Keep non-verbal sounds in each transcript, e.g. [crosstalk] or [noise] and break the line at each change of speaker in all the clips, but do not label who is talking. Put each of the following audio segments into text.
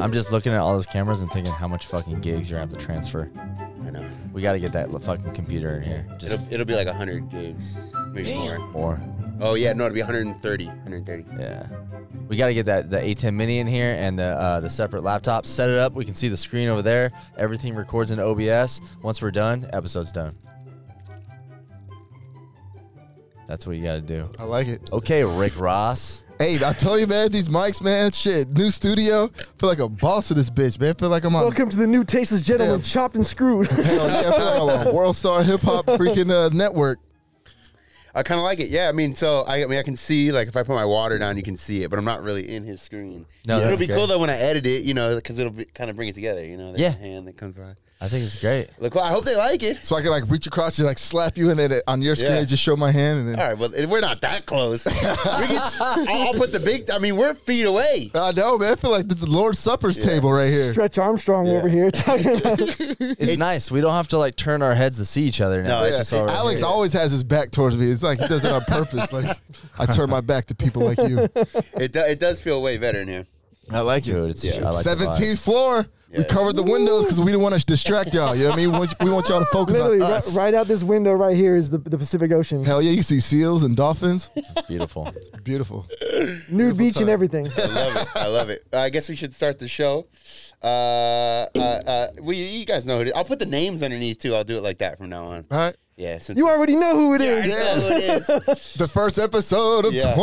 I'm just looking at all those cameras and thinking how much fucking gigs you're gonna have to transfer.
I know.
We gotta get that li- fucking computer in here. Just
It'll, it'll be like 100 gigs, maybe more.
more.
Oh, yeah, no, it'll be 130. 130.
Yeah. We got to get that the A10 mini in here and the uh, the separate laptop. Set it up. We can see the screen over there. Everything records in OBS. Once we're done, episode's done. That's what you got to do.
I like it.
Okay, Rick Ross.
Hey, I tell you, man, these mics, man, shit, new studio. Feel like a boss of this bitch, man. Feel like I'm on.
Welcome to the new Tasteless Gentleman,
Yeah.
chopped and screwed.
Hell yeah, I feel like I'm on World Star Hip Hop freaking uh, network.
I kind of like it. Yeah, I mean, so I, I mean, I can see like if I put my water down, you can see it, but I'm not really in his screen.
No,
it'll
that's
be
great.
cool though when I edit it, you know, because it'll be, kind of bring it together. You know, there's
Yeah.
a hand that comes by.
I think it's
[laughs]
great.
Look, well, I hope they like it.
So I can like reach across you, like slap you, and then it- on your screen,
Yeah.
it just show my hand, and then
All right, well, eh, we're not that
[laughs]
close. We can- I'll, I'll put the big. I mean, we're feet away.
I know, man. I feel like this is the Lord's Supper's table right here.
Stretch Armstrong over here. [laughs] Talking about
It's nice. We don't have to like turn our heads to see each other now.
No,
It's
Yeah,
just all right
Alex
here.
always has his back towards me. It's like he does it on purpose. Like I turn my back to people like you.
It do, it does feel way better in here.
I like
Dude, it's I like the vibe.
Seventeenth floor. We covered the windows because we didn't want to distract y'all. You know what I mean? We want- We want y'all to focus
literally
on
ri-
us.
right out this window right here is the, the Pacific Ocean,
Hell yeah, you see seals and dolphins.
Beautiful.
[laughs] Beautiful.
nude beach
time.
and everything.
I love it. I love it. I guess we should start the show. Uh, uh, uh, we, you guys know who it is. I'll put the names underneath too. I'll do it like that from now on.
All right.
Yeah, since
You already know who it is.
Yeah, I know who it is.
The first episode of
Yeah.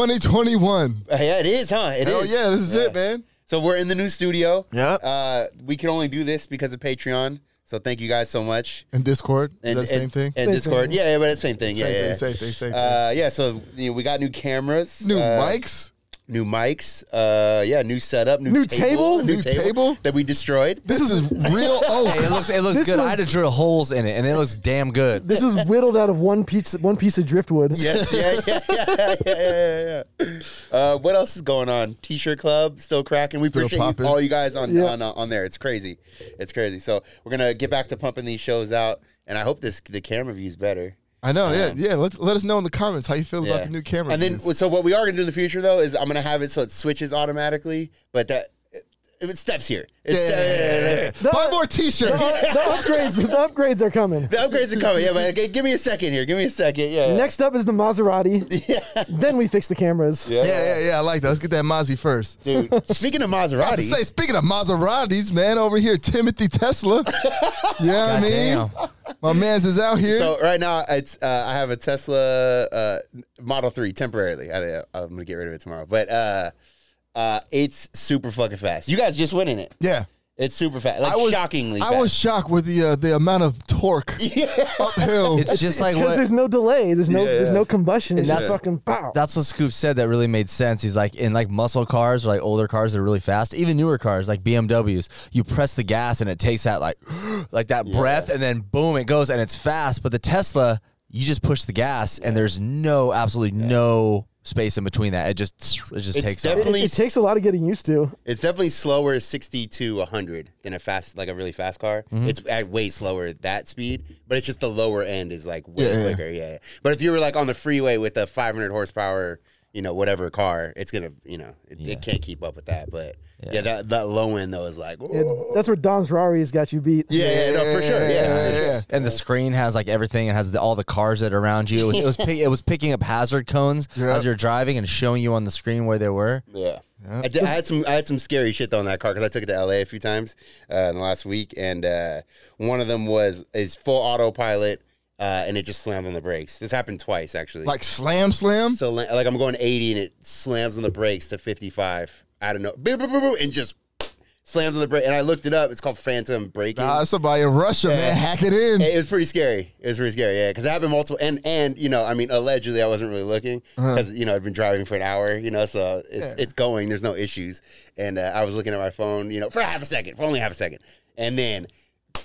2021.
Uh, Yeah, it is, huh? It is.
Hell yeah, this is it, man.
So we're in the new studio.
Yeah.
Uh, we can only do this because of Patreon. So thank you guys so much.
And Discord. Is that the same
and,
thing?
And
Same
Discord.
thing.
Yeah, yeah, but it's same thing. yeah,
Same
yeah,
thing,
yeah.
same thing, same thing.
Uh, yeah, so you know, we got new cameras,
New
uh,
mics.
new mics, uh, yeah, new setup, new,
New table?
new,
New
table,
table?
that we destroyed.
This is real oak.
Hey, it looks it looks
This
good. I
was-
had to drill holes in it, and it looks damn good.
This is whittled out of one piece one piece of driftwood.
Yes, yeah, yeah, [laughs] yeah, yeah, yeah, yeah. Uh, what else is going on? T-shirt club still cracking. We
Still
appreciate
popping.
you, all you guys on
Yeah.
on, uh, on there. It's crazy, it's crazy. So we're gonna get back to pumping these shows out, and I hope this the camera view's better.
I know, yeah, yeah. Let let us know in the comments how you feel about the new camera.
And then,
views.
so what we are gonna do in the future though is I'm gonna have it so it switches automatically, but that it, it steps here. It's
yeah, yeah, yeah, yeah, yeah. buy more T-shirts.
the upgrades the upgrades are coming.
The upgrades are coming. Yeah, but g- give me a second here. Give me a second. Yeah.
Next up is the Maserati. Then we fix the cameras.
Yeah.
[laughs] Yeah, yeah, yeah. I like that. Let's get that Mozzie first.
Dude, speaking of
[laughs] I have to
Maserati,
say, speaking of Maseratis, man, over here,
[laughs]
Timothy Tesla. yeah, I mean,
Goddamn.
my man's is out here.
So right now, it's uh, I have a Tesla uh, Model Three temporarily. I, uh, I'm gonna get rid of it tomorrow, but uh, uh, it's super fucking fast. You guys just went in it.
yeah,
It's super fast, like
I was
shockingly.
I
fast.
was shocked with the uh, the amount of
[laughs]
torque uphill.
It's just like
Because
what
there's no delay. There's no there's no combustion. It's just
that's-
fucking pow.
That's what Scoop said that really made sense. He's like, in like muscle cars or like older cars that are really fast, even newer cars like BMWs, you press the gas and it takes that like, [gasps] like that breath and then boom, it goes and it's fast. But the Tesla, you just push the gas and there's no, absolutely no space in between that. It just, it just
It's
takes
It-
off.
definitely-
it, takes a lot of getting used to.
It's definitely slower, sixty to hundred, than a fast, like a really fast car.
Mm-hmm.
It's at way slower at that speed, but it's just the lower end is like way
Yeah, yeah.
quicker. Yeah. yeah. But if you were like on the freeway with a five hundred horsepower, you know, whatever car, it's gonna, you know, it, it can't keep up with that. But yeah, that that low end though is like,
It- that's where Don's Rari's got you beat.
Yeah, yeah, no, for sure. Yeah,
yeah,
it's-
yeah.
And the screen has like everything. It has the, all the cars that are around you. It was
[laughs]
it was, pick, it was picking up hazard cones
Yeah.
as you're driving and showing you on the screen where they were.
Yeah. I, did- I had some I had some scary shit though in that car because I took it to LA a few times uh, in the last week, and uh, one of them was is full autopilot, uh, and it just slammed on the brakes. This happened twice actually.
Like slam, slam.
so la- like I'm going 80 and it slams on the brakes to 55. I don't know, Boo, boo, boo, boo, and just slams on the brake. And I looked it up. It's called phantom braking.
Nah, Ah, somebody in Russia, man, hack it in.
It was pretty scary. It was pretty scary, yeah. Because it happened multiple, and and you know, I mean, allegedly, I wasn't really looking because you know I've been driving for an hour, you know, so it's, it's going. There's no issues, and uh, I was looking at my phone, you know, for half a second, for only half a second, and then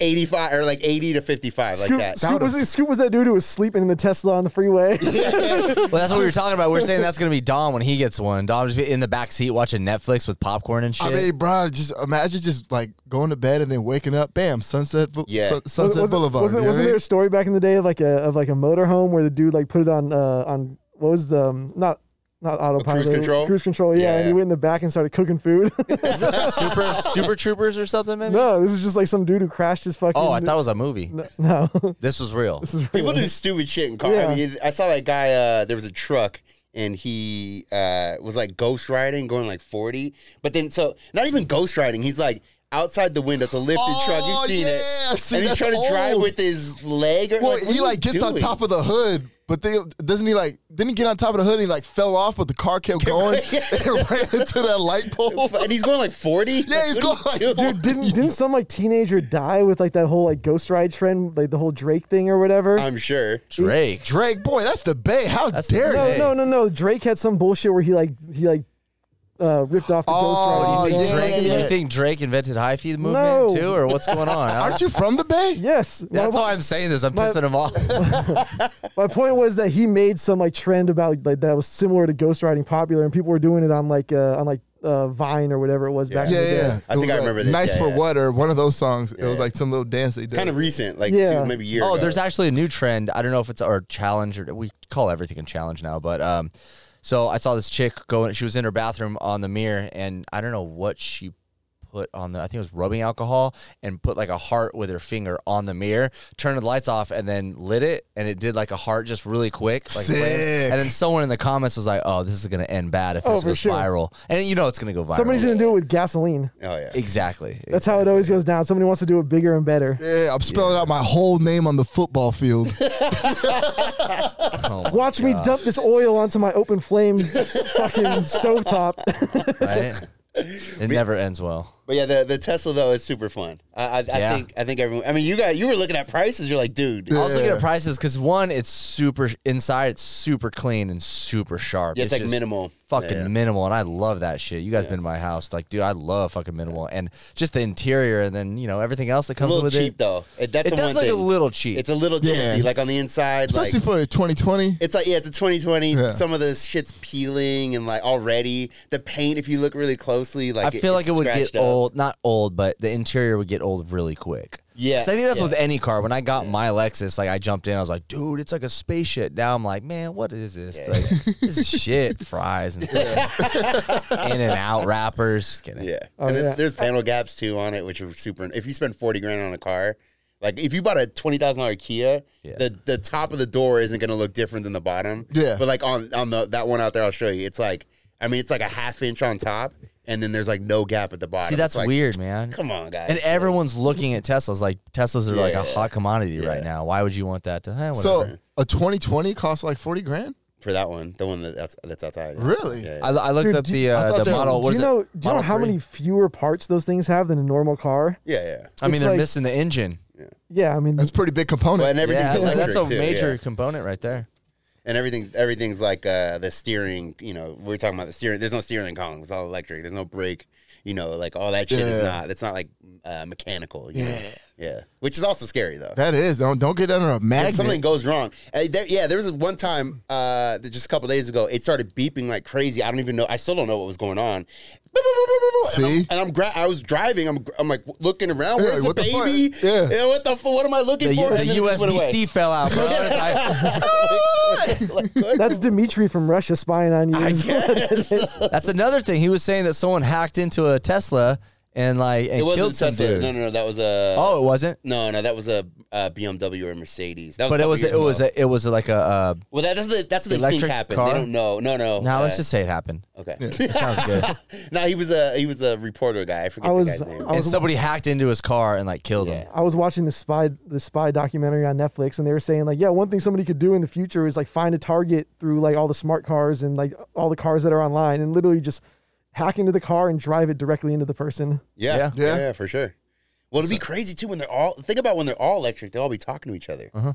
85 or like 80 to 55,
Scoop,
like that.
Scoop, was, Scoop was that dude who was sleeping in the Tesla on the freeway.
Well, that's what we were talking about. We are saying that's gonna be Dom when he gets one. Dom just be in the back seat watching Netflix with popcorn and shit.
I mean, bro, just imagine just like going to bed and then waking up, bam, sunset, Bu-
Yeah.
Sun-
[laughs]
sunset
wasn't,
boulevard. you know
Wasn't,
what I
wasn't
mean?
there a story back in the day of like a of like a motorhome where the dude like put it on uh, on what was the um, not not autopilot.
cruise control?
Cruise control, yeah.
Yeah,
And he
yeah.
went in the back and started cooking food.
Super Super Troopers or something,
[laughs]
maybe?
no, this is just like some dude who crashed his fucking.
Oh, I thought it was a movie.
[laughs] no.
This was real.
this is
People do
real.
stupid shit in cars. I,
Yeah.
mean, I saw that guy. Uh, there was a truck, and he uh, was like ghost riding, going like forty. But then, so not even ghost riding. He's like outside the window. It's a lifted
Oh,
truck. You've seen it.
yeah, I've seen-
and he's
that's
trying to drive
old.
with his leg. Or,
Well,
like,
he like gets on top of the hood, but they, doesn't he like didn't he get on top of the hood and he like fell off, but the car kept going and [laughs] ran into that light pole.
and he's going like forty.
[laughs] Yeah, he's going like
Dude, didn't didn't some like teenager die with like that whole like ghost ride trend, like the whole Drake thing or whatever?
[laughs] I'm sure.
Drake.
Drake, boy, that's the bay. How
That's the
dare
Bay.
you?
no,
Hey.
no, no, no. Drake had some bullshit where he like he like uh, ripped off the
Oh, you
ghost ride.
think
you know?
Drake-
Drake,
yeah.
you think Drake invented high fee movement
No.
too, or what's going on?
[laughs] Aren't you from the bay?
Yes.
That's
my,
why I'm saying this. I'm
My-
pissing him off.
my point was that he made some like trend about like that was similar to ghost riding popular and people were doing it on like uh, on like uh, Vine or whatever it was back
Yeah,
in the day.
yeah.
I
uh,
think I remember this.
Nice
Yeah,
for
yeah.
what or one of those songs. It was
Yeah.
like some little dance they did.
Kind of recent, like
Yeah.
two, maybe a year.
Oh,
ago.
there's actually a new trend. I don't know if it's our challenge or we call everything a challenge now, but um, so I saw this chick going. She was in her bathroom on the mirror, and I don't know what she put on the. I think it was rubbing alcohol, and put like a heart with her finger on the mirror. Turned the lights off, and then lit it, and it did like a heart just really quick, like flame.
Sick.
And then someone in the comments was like, "Oh, this is gonna end bad if
Oh,
this
for
goes
sure.
viral," and you know it's gonna go viral.
Somebody's gonna do it with gasoline.
Oh yeah.
[laughs]
exactly.
That's how it always goes down. Somebody wants to do it bigger and better.
Yeah, I'm spelling out my whole name on the football field.
Oh my
Watch me dump this oil onto my open flame fucking stovetop.
right? It never ends well.
But yeah, the, the Tesla though is super fun. I I,
Yeah.
I think I think everyone. I mean, you got you were looking at prices. You're like, dude.
I was looking
Yeah.
at prices because one, it's super inside, it's super clean and super sharp.
Yeah, it's, like
just
minimal.
Fucking
Yeah, yeah.
minimal, and I love that shit. You guys been to my house, like, dude, I love fucking minimal, and just the interior, and then you know everything else that
A
comes
little
with
cheap
it.
though. It, that's
It
the one
does look a
thing.
little cheap.
It's a little
Yeah.
ditzy, like on the inside.
Especially
like,
for 2020.
it's like yeah, it's a 2020.
Yeah.
Some of the shit's peeling and like already the paint. If you look really closely,
I
like
feel like it
it's
would
scratched
get
up.
old, not old, but the interior would get old really quick.
Yeah,
'Cause I think that's
yeah.
with any car. When I got my Lexus, like I jumped in, I was like, dude, it's like a spaceship. Now I'm like, man, what is this? Like, this
[laughs]
is shit, fries and in and out wrappers. Just kidding.
Yeah,
Oh,
and then
yeah.
there's panel gaps too on it, which are super. If you spend forty grand on a car, like if you bought a twenty thousand dollar Kia,
Yeah.
the the top of the door isn't going to look different than the bottom.
Yeah.
but like on on the that one out there, I'll show you. It's like I mean, it's like a half inch on top, and then there's like no gap at the bottom.
See, that's
It's like,
weird, man.
Come on, guys.
And everyone's looking at Teslas like Teslas are like a
Yeah.
hot commodity right
Yeah.
now. Why would you want that to? Eh,
So
whatever.
a 2020 costs like 40 grand.
for that one, the one that that's, that's outside.
Really?
Yeah, yeah.
I, I looked
Dude,
up
do-
the
I
uh,
thought
the
they were-
model.
do
what
you
is
know?
it?
Do you know
Model
how
3?
many fewer parts those things have than a normal car?
yeah, yeah.
I mean,
it's
they're
like-
missing the engine.
Yeah, I mean,
That's a pretty big component.
Well, and everything's
Yeah, that's,
electric
that's a
too, yeah.
major component right
[laughs]
there.
and everything's everything's like uh, the steering. You know, we are talking about the steering. There's no steering column. It's all electric. There's no brake. You know, like all that shit is
Yeah.
not. It's not like uh, mechanical. You yeah, know? yeah. Which is also scary though.
that is. Don't don't get under a
If
magnet.
something goes wrong, Uh, there, yeah, there was one time uh, that just a couple days ago. It started beeping like crazy. I don't even know. I still don't know what was going on. And I'm-
See?
and I'm, gra- I was driving. I'm, I'm like looking around.
Yeah,
Where's
what
the
the fuck?
baby?
Yeah.
What the fu- What am I looking
The,
for?
U-
And
the
then it just went
USB
away.
C fell out, bro. It's like-
Like, what?
that's Dimitri from Russia spying on you.
I
Is what it
guess.
is.
[laughs]
that's another thing. He was saying that someone hacked into a Tesla and like and
It wasn't
killed some
Tesla.
dude.
No, no, no. That was a.
Oh, it wasn't.
No, no, that was a uh, BMW or a Mercedes. That was
But
a
it was it
couple years
was
ago.
a, it was like a. Uh,
well. That, that's the that's the thing
electric
happened.
car?
They don't know. No, no.
now let's
uh,
just say it
[laughs]
happened.
okay.
That sounds
[laughs]
good.
no, he was a he was a reporter guy. I forget
I was-
the guy's name.
I
and somebody hacked into his car and like killed him.
I was watching the spy the spy documentary on Netflix, and they were saying like, yeah, one thing somebody could do in the future is like find a target through like all the smart cars and like all the cars that are online, and literally just hack into the car and drive it directly into the person.
yeah,
Yeah.
yeah, yeah, for sure. Well, it'd be crazy too when they're all think about when they're all electric. They'll all be talking to each other.
Uh-huh.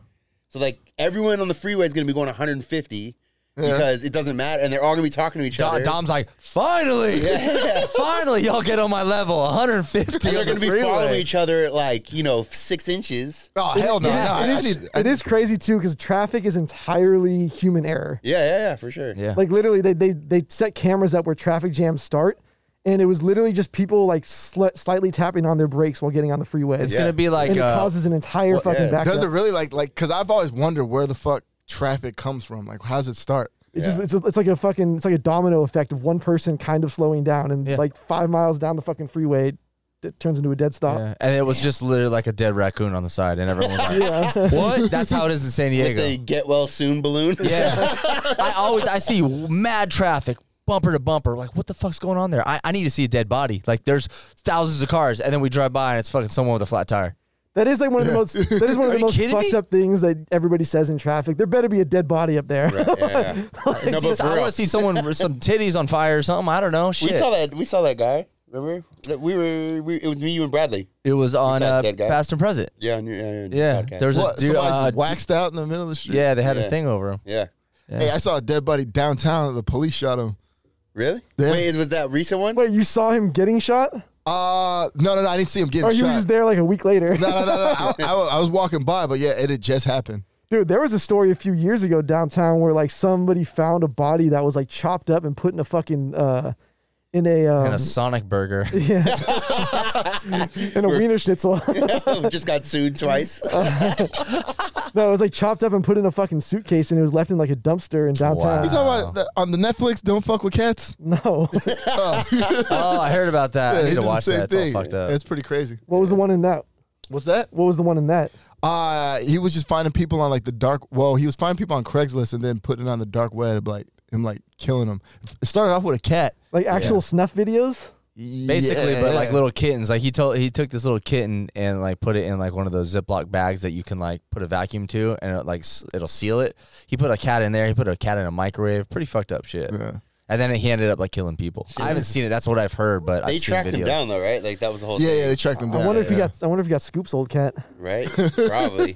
So like everyone on the freeway is going to be going 150 because it doesn't matter, and they're all going to be talking to each
Do-
other.
Dom's like, finally,
[laughs] Yeah.
finally, y'all get on my level, 150.
and they're
on
going
the
to be following
freeway.
each other at like you know six inches.
oh hell no!
Yeah,
no, I
it, is,
need-
it is crazy too because traffic is entirely human error.
Yeah, yeah, yeah, for sure.
Yeah.
Like literally, they they they set cameras up where traffic jams start, and it was literally just people like sl- slightly tapping on their brakes while getting on the freeway.
It's
Yeah.
gonna be like,
and it
uh,
causes an entire
Well,
fucking
yeah.
backup.
Does it really like like? Because I've always wondered where the fuck traffic comes from. Like, how does it start?
It's
Yeah.
just it's, it's like a fucking it's like a domino effect of one person kind of slowing down and
Yeah.
like five miles down the fucking freeway, it, it turns into a dead stop.
Yeah. And it was just literally like a dead raccoon on the side, and everyone was like, [laughs] "What?" That's how it is in San
With
Diego.
the get well soon balloon.
Yeah. [laughs] I always I see mad traffic bumper to bumper. Like, what the fuck's going on there? I, I need to see a dead body. Like there's thousands of cars and then we drive by and it's fucking someone with a flat tire.
That is like one of the most that is
Are
one of the
you
most
kidding
fucked
me?
up things that everybody says in traffic. There better be a dead body up there.
Right, [laughs]
[laughs]
yeah, yeah. no, but for
I
real,
want to see someone with
[laughs]
some titties on fire or something. I don't know. Shit.
we saw that. We saw that guy. Remember? That We were. We, it was me, you, and Bradley.
It was on
saw
uh,
that guy.
past and present.
Yeah, on your- yeah, yeah. on your
Yeah.
podcast.
There was
What?
a dude. uh,
Somebody's waxed out in the middle of the street.
yeah, they had
Yeah.
a thing over him.
yeah.
Hey, I saw a dead body downtown. The police shot him.
Really?
Yeah.
Wait, is was that recent
[laughs]
one? [laughs]
[laughs] Wait, you saw him getting shot?
Uh no, no, no. I didn't see him getting
Or he
shot.
was just there like a week later?
No, no, no, no. [laughs] I, I, wa- I was walking by, but yeah, it had just happened.
[laughs] Dude, there was a story a few years ago downtown where like somebody found a body that was like chopped up and put in a fucking uh in a
And
um,
a
Uh-huh.
[laughs]
Sonic
[laughs]
burger.
in a wiener schnitzel.
Just got sued twice.
no, it was like chopped up and put in a fucking suitcase and it was left in like a dumpster in downtown.
You talking about the, on the Netflix? Don't fuck with cats.
No. [laughs]
oh, I heard about that.
Yeah,
I
he
need
did
to
the
watch
same
that. It's all fucked up.
That's pretty crazy.
what was the one in that?
What's that?
What was the one in that?
Uh he was just finding people on like the dark. Well, he was finding people on Craigslist and then putting it on the dark web, like him like killing them. It started off with a cat.
Like actual snuff videos?
Basically,
Yeah.
but like little kittens. Like he told, he took this little kitten and like put it in like one of those Ziploc bags that you can like put a vacuum to, and it like s- it'll seal it. He put a cat in there. He put a cat in a microwave. Pretty fucked up shit. And then he ended up like killing people. I haven't seen it. That's what I've heard, but
they
I've seen
tracked
videos.
him down though, right? Like that was the whole
Yeah,
thing,
yeah, they tracked him down.
I wonder if
yeah.
you got I wonder if you got Scoop's old cat.
[laughs]
right? Probably.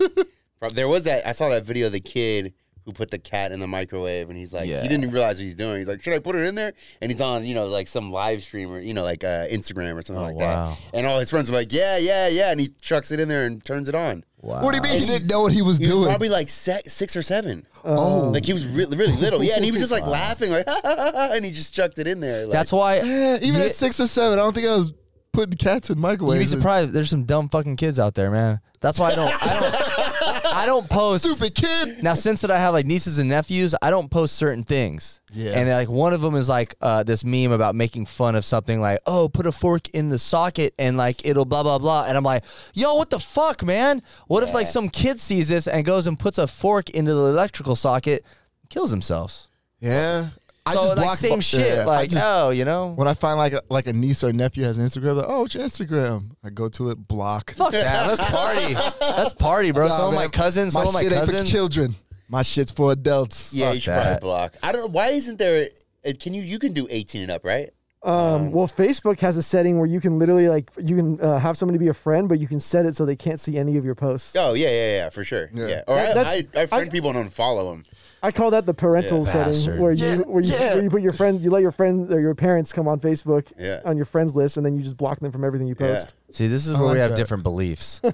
Prob- there was that. I saw that video of the kid who put the cat in the microwave, and he's like,
Yeah.
he didn't realize what he's doing. He's like, should I put it in there? And he's on, you know, like some live stream or you know, like uh, Instagram or something like
Oh, wow.
that. And all his friends are like, yeah, yeah, yeah, and he chucks it in there and turns it on.
Wow.
What do you mean he didn't know what he was
He was
doing?
probably like se- six or seven. Oh, like he was re- really little. Yeah, and he was just like laughing, like, [laughs] and he just chucked it in there. Like,
That's why.
Yeah, [laughs] even
Yeah.
at six or seven, I don't think I was putting cats in microwaves.
You'd be surprised. There's some dumb fucking kids out there, man. That's why I don't. I don't. I
[laughs]
don't post.
Stupid kid.
Now, since that I have like nieces and nephews, I don't post certain things.
Yeah.
And like one of them is like uh, this meme about making fun of something like, oh, put a fork in the socket and like it'll blah, blah, blah. And I'm like, yo, what the fuck, man? What if like some kid sees this and goes and puts a fork into the electrical socket, kills themselves?
Yeah. I
so like
block-
same shit.
yeah, I
like,
just-
oh, you know?
when I find like a, like a niece or nephew has an Instagram, I'm like, oh, what's your Instagram? I go to it, block.
Fuck that. Let's party. Let's party, bro.
Nah,
some of my
man,
cousins, some of my
shit ain't for
cousins.
children. My shit's for adults. Uh,
yeah, you
fuck
should
that.
probably block. I don't. Why isn't there? uh, Can you? You can do eighteen and up, right?
Um, well, Facebook has a setting where you can literally like you can uh, have somebody be a friend, but you can set it so they can't see any of your posts.
Oh yeah, yeah, yeah, for sure. Yeah. Or
That-
I,
that's-
I, I friend
I-
people and unfollow them.
I call that the parental
Yeah,
setting
bastard.
where you
Yeah,
where you,
yeah.
where you put your friend you let your friends or your parents come on Facebook
Yeah.
on your friends list and then you just block them from everything you
Yeah.
post.
See, this is where
like
we have
that.
different beliefs.
Yeah,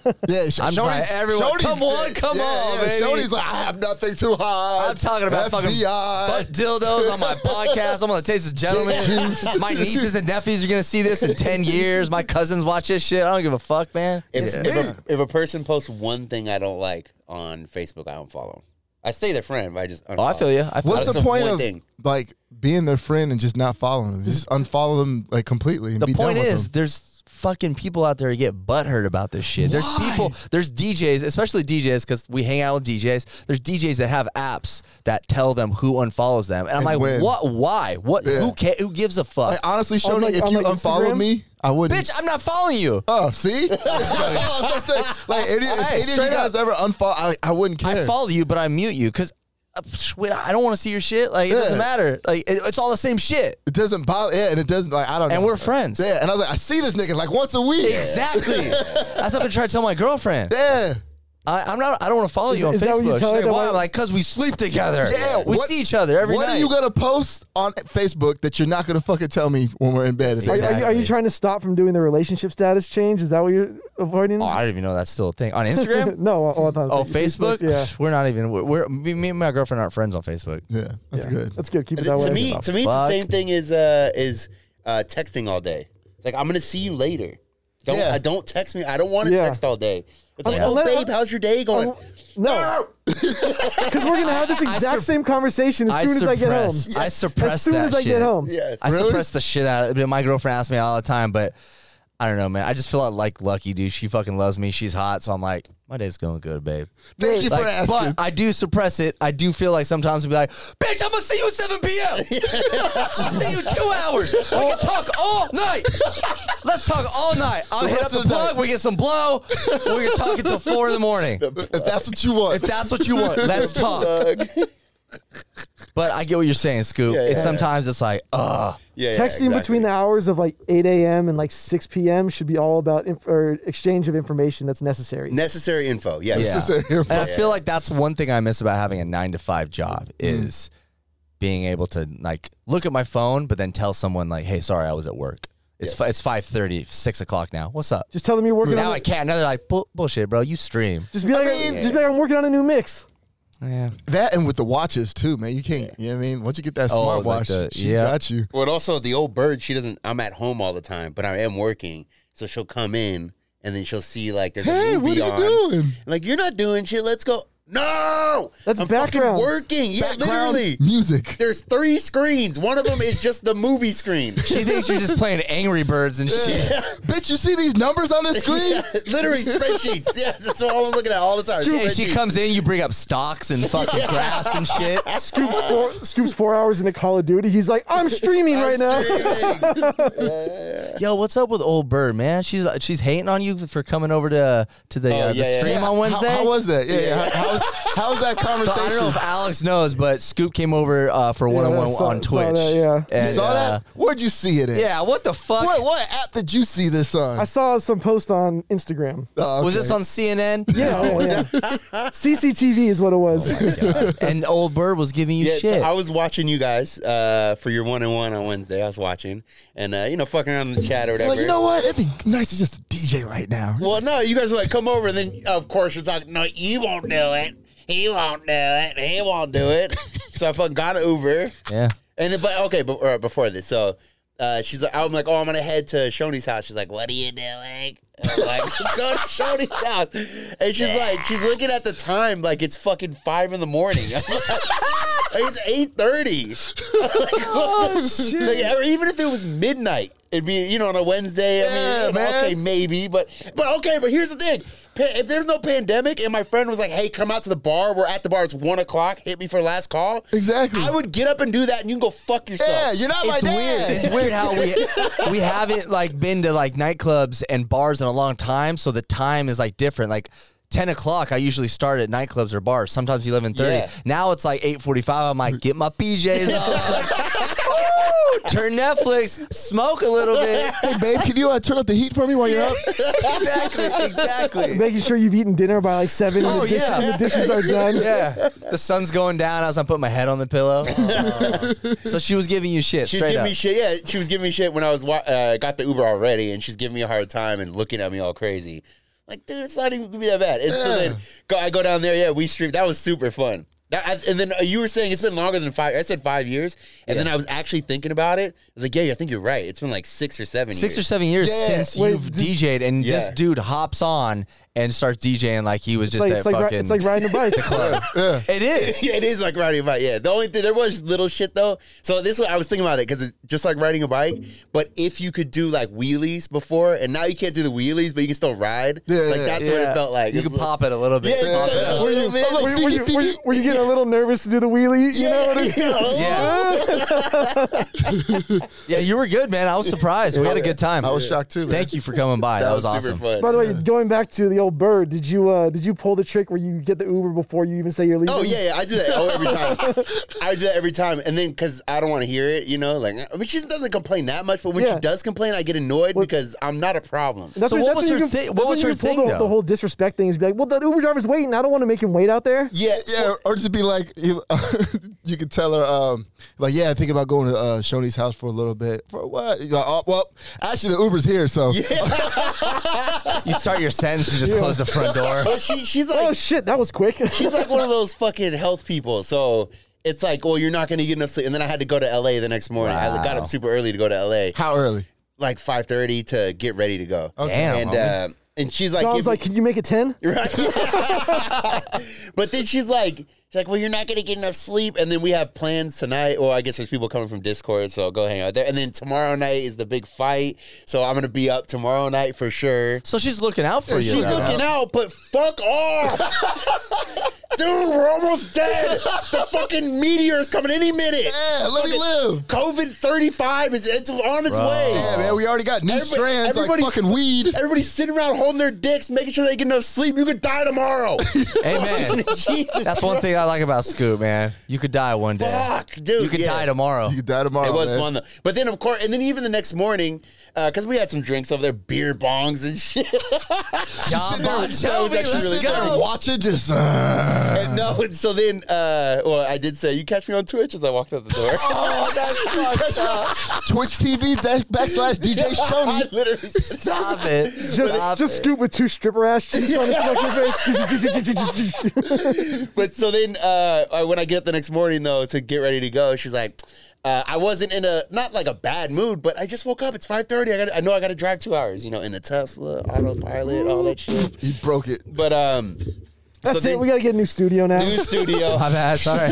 sh-
I'm
Shorty's-
sorry, everyone, come on, come on, baby.
Shorty's like, I have nothing to hide.
I'm talking about fucking
FBI.
butt dildos on my podcast. I'm gonna taste this gentleman. [laughs] my nieces and nephews are gonna see this in ten years. My cousins watch this shit. I don't give a fuck, man.
If, if, a, if a person posts one thing I don't like on Facebook, I unfollow 'em. I stay their friend, but I just.
Oh, I feel you. I feel
What's
you.
the
That's
point
one
of
thing.
like being their friend and just not following them? Just unfollow them like completely. And
the
be done
point
with
is
them.
there's fucking people out there who get butthurt about this shit. There's people, there's DJs, especially DJs, because we hang out with DJs. There's DJs that have apps that tell them who unfollows them, and I'm like,
when.
what? Why? What?
Yeah.
Who? Ca- who gives a fuck?
like, honestly, Shorty,
like-
if
on,
you
like,
unfollowed
Instagram?
me, I wouldn't.
Bitch, I'm not following you. [laughs]
Oh, see? That's it. like, any, if
Hey,
any of you
straight
guys ever unfollow, I, I wouldn't care.
I follow you, but I mute you because I don't want to see your shit. Like it
Yeah.
doesn't matter. Like it, it's all the same shit.
It doesn't bother. Yeah, and it doesn't, like, I don't know.
And we're friends.
Yeah, and I was like, I see this nigga like once a week.
Exactly.
[laughs]
That's what I've been trying to tell my girlfriend.
Yeah.
I, I'm not. I don't want to follow you on
is that what you
Facebook. She's
tell her
like,
that
why?
why-
I'm like, cause we sleep together.
Yeah,
we
what-
see each other every
what
night.
are you gonna post on Facebook that you're not gonna fucking tell me when we're in bed? at
Are,
night?
you- are you, are you
Exactly.
trying to stop from doing the relationship status change? Is that what you're avoiding?
oh, I don't even know that's still a thing on Instagram.
[laughs] no. Oh, I thought-
oh, Facebook.
Yeah,
We're not even. We're, we're me, me and my girlfriend aren't friends on Facebook.
Yeah, that's
Yeah.
good.
That's good. Keep it that way.
To me, to me, it's the
Fuck.
same thing as uh, is uh, texting all day. It's like I'm gonna see you later. Don't
Yeah.
I don't text me. I don't want to
Yeah.
text all day. It's like, oh,
Unless-
babe, how's your day going?
[laughs] No, because we're gonna have this exact
sup-
same conversation as
I
soon as I get home.
suppress- I suppress
As soon
that
as I
shit.
get home.
Yes.
I suppress the shit out of it. My girlfriend asks me all the time, but I don't know, man. I just feel like lucky, dude. She fucking loves me. She's hot, so I'm like, my day's going good, babe.
Thank you for
Like,
asking.
but I do suppress it. I do feel like sometimes we be like, bitch, I'm gonna see you at 7 p.m. I'll see you in two hours. We can talk all night. Let's talk all night. I'll hit up
rest
the
of the
plug.
night.
We get some blow. We can talk until four in the morning.
if that's what you want.
If
[laughs]
that's what you want, let's
[laughs]
talk. But I get what you're saying, Scoop.
Yeah, yeah,
it's
yeah.
sometimes it's like, ugh.
Yeah, yeah,
Texting between the
exactly.
hours of like 8 a.m. and like 6 p.m. should be all about inf- or exchange of information that's necessary.
necessary info. Yes.
Yeah.
Necessary
And
info.
I feel like that's one thing I miss about having a nine to five job
Hmm.
is being able to like look at my phone, but then tell someone like, "Hey, sorry, I was at work. It's fi- it's five thirty, six o'clock now. What's
[laughs]
up?"
Just tell them you're working
now
on.
I
it.
can't. Now they're like, Bull- "Bullshit, bro. You stream."
Just be like, just be like, I'm working on a
[laughs]
new mix.
Yeah.
that and with the watches too, man. You can't. You know what I mean? Once you get that
Oh,
smartwatch,
like the-
she's
yeah.
got you.
Well, and also the old bird, she doesn't. I'm at home all the time, but I am working, so she'll come in and then she'll see like there's
Hey,
a
what are
movie
you
on.
doing?
Like you're not doing shit. Let's go. No,
That's
I'm
background.
Fucking working. Yeah,
Background
literally.
music.
There's three screens. One of them is just the movie
[laughs]
screen.
She thinks you're just playing Angry Birds
[laughs]
and shit.
Bitch, you see these numbers on the screen?
Yeah, [laughs] literally spreadsheets. Yeah, that's all I'm looking at all the time.
And she
spreadsheets.
comes in, you bring up stocks and
[laughs]
fucking graphs and shit.
Scoops four, scoops four hours into Call of Duty. He's like,
[laughs]
I'm streaming
I'm
right
[laughs]
now.
streaming.
Yo, what's up with old bird, man? She's she's hating on you for coming over to to the,
Oh,
uh,
yeah,
the
yeah,
stream
yeah.
on Wednesday.
How, how was that? Yeah, yeah. How, how, was, how was that
So
conversation?
I don't know if Alex knows, but Scoop came over uh, for one on one
I saw-
on
saw
Twitch.
that, yeah. You
And,
you saw
uh,
that? Where'd you see it at?
Yeah, what the fuck?
What, what app did you see this on?
I saw some post on Instagram.
[laughs]
Oh, okay.
Was this on CNN?
Yeah, yeah, yeah. CCTV is what it
Oh
was.
[laughs] and old bird was giving you
Yeah, so
shit.
I was watching you guys uh, for your one and one on Wednesday. I was watching and uh, you know fucking around in the chat or whatever.
Like, you know what? It'd be nice to just DJ right now.
[laughs] Well, no, you guys were like, come over. And then, of course, it's like, no, you won't do it. He won't do it. He won't do it. so I fucking got an Uber.
yeah.
And then, but okay, but or before this, so uh, she's like, I'm like, oh, I'm gonna head to Shoney's house. She's like, what are you doing? I'm like, [laughs] go to Shoney's house. And she's like, she's looking at the time, like it's fucking five in the morning. [laughs] I'm like, it's eight thirty. [laughs]
Oh shit.
Like, or even if it was midnight, it'd be you know on a Wednesday. I
Yeah,
mean,
man.
okay, maybe, but but okay. But here's the thing: Pa- if there's no pandemic, and my friend was like, "Hey, come out to the bar. We're at the bar. It's one o'clock. Hit me for last call."
Exactly.
I would get up and do that, and you can go fuck yourself.
yeah, you're not
It's
my
weird.
dad.
It's weird how
[laughs]
we we haven't like been to like nightclubs and bars in a long time, so the time is like different. Like ten o'clock, I usually start at nightclubs or bars. Sometimes eleven thirty.
Yeah.
Now it's like eight forty-five. I'm like, get my PJs
[laughs]
on, Woo! turn Netflix, smoke a little bit.
Hey, babe, can you uh, turn up the heat for me while you're up?
exactly, exactly.
Making sure you've eaten dinner by like seven. and
Oh,
the dish-
yeah.
and the dishes are done.
Yeah, the sun's going down. I was on putting my head on the pillow. so she was giving you shit
She was
straight
giving
up.
me shit. Yeah, she was giving me shit when I was wa- uh, got the Uber already, and she's giving me a hard time and looking at me all crazy. Like, dude, it's not even gonna be that bad. And so then go, I go down there. Yeah, we streamed. That was super fun. That, I, and then uh, you were saying it's been longer than five. I said five years, and then I was actually thinking about it. I was like, yeah, yeah, I think you're right. It's been like six or seven.
Six or
years.
seven years
Yeah.
since
Wait,
you've
did-
DJ'd, and this
Yeah.
dude hops on and starts DJing like he was [laughs]
It's
just
like,
that
it's, like, ri-
fucking.
it's like riding
[laughs]
a bike.
yeah.
it is.
[laughs] yeah, it is like riding a bike. Yeah, the only thing there was little shit though. So this one, I was thinking about it because it's just like riding a bike. But if you could do like wheelies before, and now you can't do the wheelies, but you can still ride.
Yeah,
like
yeah,
that's what
Yeah.
it felt like.
You
It's
could
like- [laughs]
pop it a little bit.
Yeah,
Pop it
it's just
up.
like, wait a minute.
I'm like,
[laughs] Were you, were you- were you getting a little nervous to do the wheelie? You know
[laughs]
what I mean?
Oh,
yeah. yeah, you were good, man. I was surprised. We had a good time.
I was shocked too. Man.
Thank you for coming by. That, was, awesome.
super fun.
By the way, going back to the old bird, did you uh, did you pull the trick where you get the Uber before you even say you're leaving?
Oh yeah, yeah, I do that oh, every time. I do that every time, and then because I don't want to hear it, you know. Like, I mean, she doesn't complain that much, but when
Yeah.
she does complain, I get annoyed because I'm not a problem.
That's
So
when-
what
that's
was
when
her
you can-
thi- what
that's when
was
you
her
can pull
thing,
the,
though?
the whole disrespect thing is be like, well, the Uber driver's waiting. I don't want to make him wait out there.
Yeah,
Yeah, or just be like, you, [laughs] you could tell her, um, like, yeah, thinking about going to uh, Shoney's house for a little bit. For what? You go, oh, well, actually, the Uber's here, so
You start your sentence and just close the front door.
but she she's like
Oh shit, that was quick. [laughs]
she's like one of those fucking health people. So it's like, well, you're not going to get enough sleep. And then I had to go to L.A. the next morning. I got
Wow.
up super early to go to L.A.
how early?
like 5:30 to get ready to go.
Damn,
And
homie.
uh, and she's like,
Dom's
if- [laughs]
like, can you make it 10?
Right? [laughs] but then she's like, she's like, well, you're not gonna get enough sleep. And then we have plans tonight. Well, I guess there's people coming from Discord, so go hang out there. And then tomorrow night is the big fight, so I'm gonna be up tomorrow night for sure.
So she's looking out for you.
She's
right
looking
now.
out, but fuck off,
[laughs]
dude. We're almost dead. The fucking meteor is coming any minute.
Yeah, let me
Fucking
live.
COVID 35 is it's on its
Bro.
way.
Yeah,
Yeah, man, we already got new
Everybody-
strands like
everybody's-
fucking weed.
Everybody's sitting around holding their dicks, making sure they get enough sleep. You could die
[laughs]
tomorrow.
Amen.
Jesus
That's one thing I like about Scoop, man. You could die one day.
Fuck, dude,
You could
yeah.
die tomorrow.
You could die tomorrow.
It was
man.
fun though. But then of course, and then even the next morning, because we had some drinks over there, beer bongs and [laughs] shit.
John Bon
That was
Jovi,
actually
let's
really
Sit there and
go.
watch it just. Uh,
and no, and so then, uh, well, I did say you catch me on Twitch as I walked out the door.
oh,
[laughs]
that's fucked up. Twitch TV back, backslash
[laughs]
DJ
I
Shoney.
literally [laughs]
Stop it.
Just,
Stop
just
it.
scoop with two stripper ass cheeks
[laughs]
on his fucking face. [laughs]
but so then uh, I- when I get up the next morning though to get ready to go, she's like, uh, I wasn't in a not like a bad mood, but I just woke up. It's five thirty. I got I know I got to drive two hours. You know, in the Tesla autopilot, all that shit.
He broke it.
But um,
That's
so
it. We got to get a new studio now.
new
[laughs]
studio.
My bad. Sorry.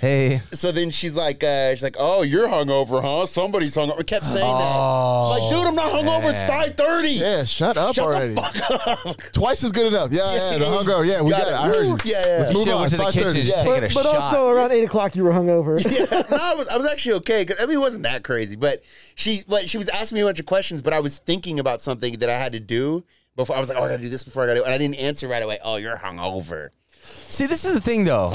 hey.
So then she's like, uh, she's like, oh, you're hungover, huh? Somebody's hungover. I kept saying that. Like, dude, I'm not hungover. It's five thirty.
Oh, Yeah, shut up
Shut
already.
the fuck up.
Twice is good enough. Yeah, yeah, the hunger. Yeah, we
Got
got, it.
it.
I heard you.
Yeah, yeah.
Let's move
Should've
on.
went to the
It's
kitchen and
5:30.
just
Yeah.
taken a
but but
shot.
also around 8 o'clock, you were
[laughs]
hungover.
Yeah. no, I was, I was actually okay. 'cause, I mean, it wasn't that crazy. But she, but she was asking me a bunch of questions. But I was thinking about something that I had to do before. I was like, oh, I gotta do this before I gotta. do it. And I didn't answer right away. Oh, you're hungover.
See, this is the thing, though.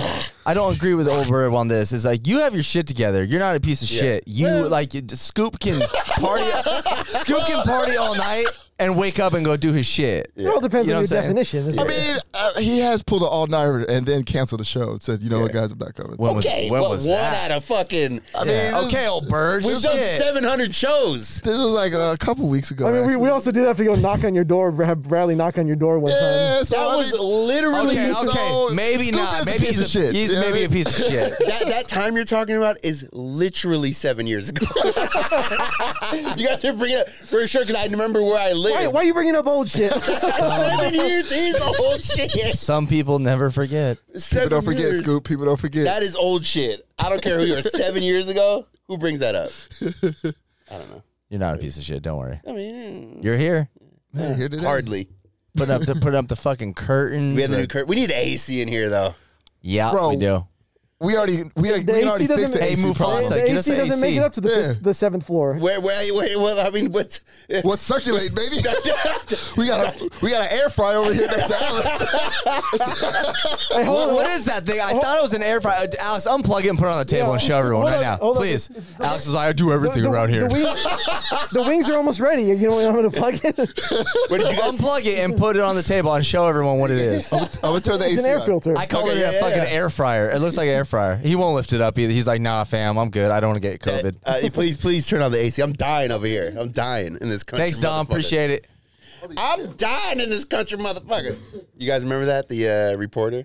I don't agree with Oberg on this. Is like you have your shit together. You're not a piece of shit. You like Scoop can party. Scoop can party all night and wake up and go do his shit.
It all depends
You know what
on your
I'm saying?
definition. isn't
I
it?
mean, uh, he has pulled an all-nighter and then canceled the show. and Said, you know what, guys, I'm not coming.
When was-
Okay,
when
but
was
one
that?
out of fucking.
I mean,
Yeah.
this,
Okay, Oberg.
We've done
shit.
700 shows.
this was like a couple weeks ago.
I mean, we,
actually.
we also did have to go knock on your door, have Bradley knock on your door one time.
Yeah, so
That
I
was
mean,
literally
Okay,
So,
okay, maybe
Scoop is
not.
a
Maybe
piece
he's
of shit.
He's
You know what I
maybe a
mean?
piece of shit.
that, that time you're talking about is literally seven years ago. [laughs] you guys are bringing up for sure because I remember where I lived.
Why, why are you bringing up
[laughs]
old shit?
Seven years is old shit.
Some people never forget.
Seven
people don't forget,
years.
Scoop. People don't forget.
That is old shit. I don't care who you are. Seven years ago, who brings that up?
You're not a piece of shit. Don't worry.
I mean,
You're here.
Hey, here today.
hardly.
Putting up the putting up the fucking curtains.
We have the new cur- We need AC in here though.
yeah,
Bro.
we do.
We already, we already,
The
we
AC
already
doesn't
fixed the
make-
Hey,
AC
Mufasa.
problem.
the
get
AC
us
doesn't make
AC.
it up to the,
Yeah.
fifth, the seventh floor.
Where? Where? Where? Well, I
[laughs]
mean, what?
What's circulate, baby? we got a, we got an air fryer over here next to Alex.
Hey, hold
What,
on.
what is that thing? I thought it was an air fryer. Uh, Alex, unplug it and put it on the table
Yeah.
and show everyone
Hold
right
on,
now.
hold on.
Please.
It's- it's-
Alex is like, I do everything
the,
around here.
The, wing- the wings are almost ready. You know what I'm going to plug
[laughs]
in?
What did you guys?
unplug it and put it on the table and show everyone what it
[laughs]
is.
I'm gonna turn the
It's
AC
an air
on.
filter.
I call
Okay,
it
yeah,
a
yeah,
fucking
yeah.
air fryer. It looks like an air fryer. He won't lift it up either. He's like, nah, fam, I'm good. I don't want to get COVID.
Uh, please, please turn on the AC. I'm dying over here. I'm dying in this country.
Thanks, Dom.
motherfucker.
Appreciate it.
I'm dying in this country, motherfucker. You guys remember that? The uh, reporter?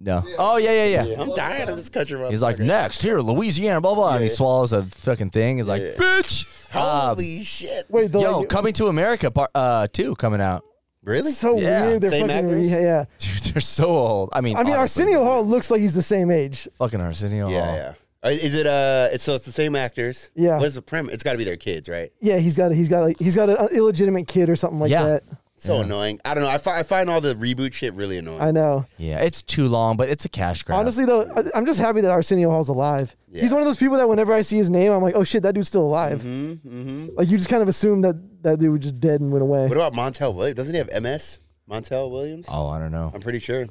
No. Oh, yeah, yeah, yeah.
I'm dying in this country, motherfucker.
He's like, next, here, Louisiana, blah, blah. And he swallows a fucking thing. He's like,
Yeah.
bitch. Uh,
holy shit.
Wait, the,
yo,
like,
Coming to America part uh, 2 coming out. [laughs]
Really?
so
Yeah.
weird. They're
Same
fucking
actors?
yeah, yeah.
Dude, they're so old. I mean,
I mean,
honestly,
Arsenio Hall looks like he's the same age.
Fucking Arsenio Oh, Hall.
yeah, yeah. Uh, Is it uh? It's, so it's the same actors.
Yeah.
What's the premise? It's got to be their kids, right?
Yeah, he's got a, he's got like he's got an illegitimate kid or something like
Yeah.
that.
So annoying. I don't know. I, fi- I find all the reboot shit really annoying.
I know.
Yeah, it's too long, but it's a cash grab.
Honestly, though, I- I'm just happy that Arsenio Hall's alive. He's one of those people that whenever I see his name, I'm like, oh shit, that dude's still alive. Mm-hmm, Like you just kind of assume that that dude was just dead and went away.
what about Montel Williams? Doesn't he have MS? Montel Williams?
oh, I don't know.
I'm pretty sure.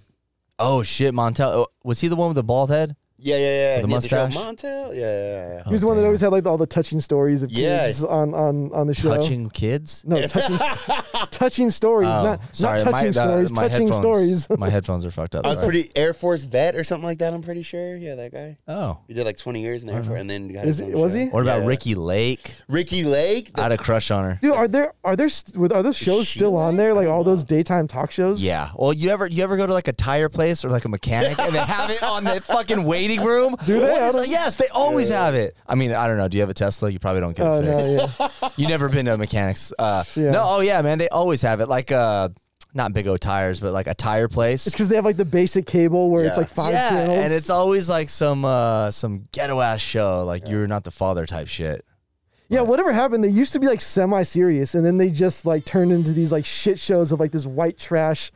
Oh shit, Montel. oh, Was he the one with the bald head?
Yeah, yeah, yeah.
the
And he had show
mustache? Uh,
Montel? Yeah, yeah, yeah.
He was the one that always had like all the touching stories of
Yeah.
kids on on on the show.
Touching kids.
No, touching, touching stories,
Oh,
not
sorry,
not
my-
touching
the-
stories,
my
touching
headphones-
stories. [laughs]
my headphones are fucked up.
I was
sorry.
pretty Air Force vet or something like that. I'm pretty sure. Yeah, that guy.
oh,
He did like 20 years in the Air Force, and then got
Is
his
he-
own
was
show.
he?
what about
Yeah.
Ricky Lake?
Ricky Lake?
I had a crush on her.
Dude, are there are there st- with- are those shows
she
still on
alive?
there? Like all those daytime talk shows?
Yeah. Well, you ever you ever go to like a tire place or like a mechanic and they have it on the fucking meeting room?
Do they?
What
I
is-
don't-
yes, they always have it. I mean, I don't know. Do you have a Tesla? You probably don't get
Oh
it fixed.
no, yeah.
[laughs] You never been to a mechanic's? Uh,
Yeah.
No. Oh yeah, man. They always have it. Like uh, not big O tires, but like a tire place.
It's [laughs] because they have like the basic cable where it's
Yeah.
like five
yeah,
channels.
and it's always like some uh some ghetto ass show, like you're not the father type shit.
yeah, whatever happened, they used to be like semi-serious, and then they just like turned into these like shit shows of like this white trash,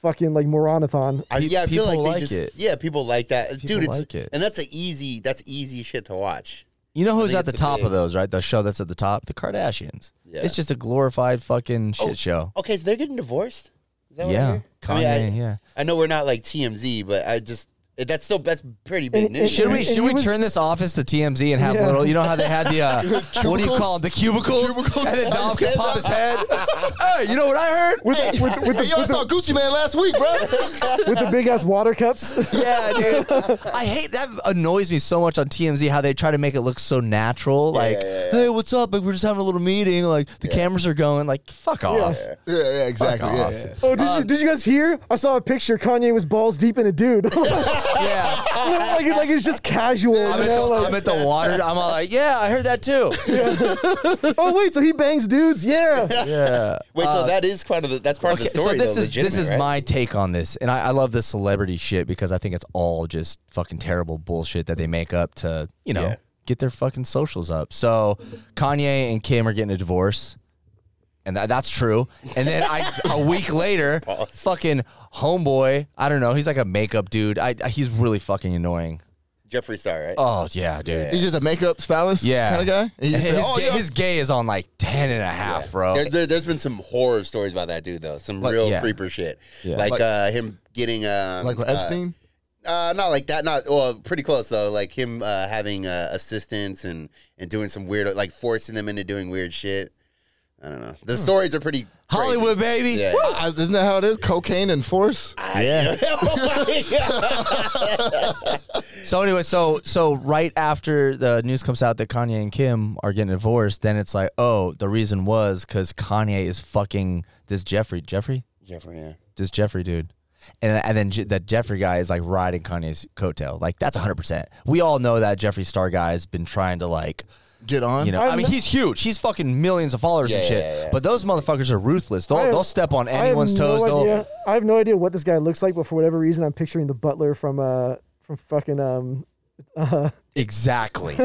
fucking like moronathon.
I,
Pe-
yeah, I feel
people
like they
like
just
it.
yeah, people like that, dude. It's
like it.
and that's a easy that's easy shit to watch.
You know who's
think
at the
it's a
top
big-
of those, right? The show that's at the top, the Kardashians.
Yeah.
It's just a glorified fucking shit
Oh,
show.
Okay, so they're getting divorced. Is that what I
Yeah,
hear?
Kanye.
I, mean, I,
yeah.
I know we're not like TMZ, but I just that's still that's pretty big
And-
news.
Should we
and
should
he
we
was-
turn this office to TMZ and have
Yeah.
little? You know how they had the uh, what do you call them? The cubicles, and then Dom could pop his head. hey, you know what I heard?
With, the, with, the- with,
Hey,
the,
yo, I saw Gucci Man last week, bro.
with the big ass water cups. [laughs]
Yeah, dude. I hate that annoys me so much on TMZ how they try to make it look so natural. like,
yeah, yeah.
hey, what's up? Like we're just having a little meeting. Like the cameras are going. Like fuck off.
yeah, yeah, exactly. Yeah,
off.
yeah.
Oh, did, you, did you guys hear? I saw a picture. Kanye was balls deep in a dude. [laughs]
Yeah.
like, it- like it's just casual.
I'm,
you
at the,
know?
[laughs]
like,
I'm at the water. I'm all like, yeah, I heard that too.
oh wait, so he bangs dudes? Yeah.
Yeah.
Wait, so that is part of the that's part of
Uh, Okay,
the
so
story.
this
though,
is this
legitimate,
is
right?
my take on this, and I, I love this celebrity shit because I think it's all just fucking terrible bullshit that they make up to you know
Yeah.
get their fucking socials up. So Kanye and Kim are getting a divorce, and that, that's true. And then I,
[laughs]
a week later, fucking homeboy, I don't know, he's like a makeup dude. I, I- he's really fucking annoying.
Jeffree Star, right?
Oh yeah, dude.
He's just a makeup stylist,
Yeah.
kind of guy. And he
His,
just said, oh,
gay,
yeah.
his gay is on like 10 and a half, bro.
There, there, there's been some horror stories about that dude though. Some real
yeah.
creeper shit,
Yeah.
like,
Like-
uh, him getting um,
like with
uh,
Epstein.
Uh, not like that. Not well, pretty close though. Like him uh, having uh, assistants and and doing some weird, like forcing them into doing weird shit. I don't know. The stories are pretty crazy.
Hmm. Hollywood, baby.
Yeah. [laughs]
Uh, Isn't that how it is? Cocaine and force.
Yeah. Oh
So anyway, so so right after the news comes out that Kanye and Kim are getting divorced, then it's like, oh, the reason was because Kanye is fucking this Jeffrey, Jeffrey,
Jeffrey, yeah.
this Jeffrey dude, and and then J- that Jeffrey guy is like riding Kanye's coattail. Like that's hundred percent. We all know that Jeffree Star guy has been trying to like.
Get on.
You know,
I
I, mean,
kn-
he's huge. He's fucking millions of followers and
Yeah,
shit.
yeah, yeah.
But those motherfuckers are ruthless. They'll,
have-
they'll step on
I have
anyone's toes.
No
They'll,
idea, I have no idea what this guy looks like, but for whatever reason, I'm picturing the butler from uh from fucking um. [laughs]
Exactly. [laughs]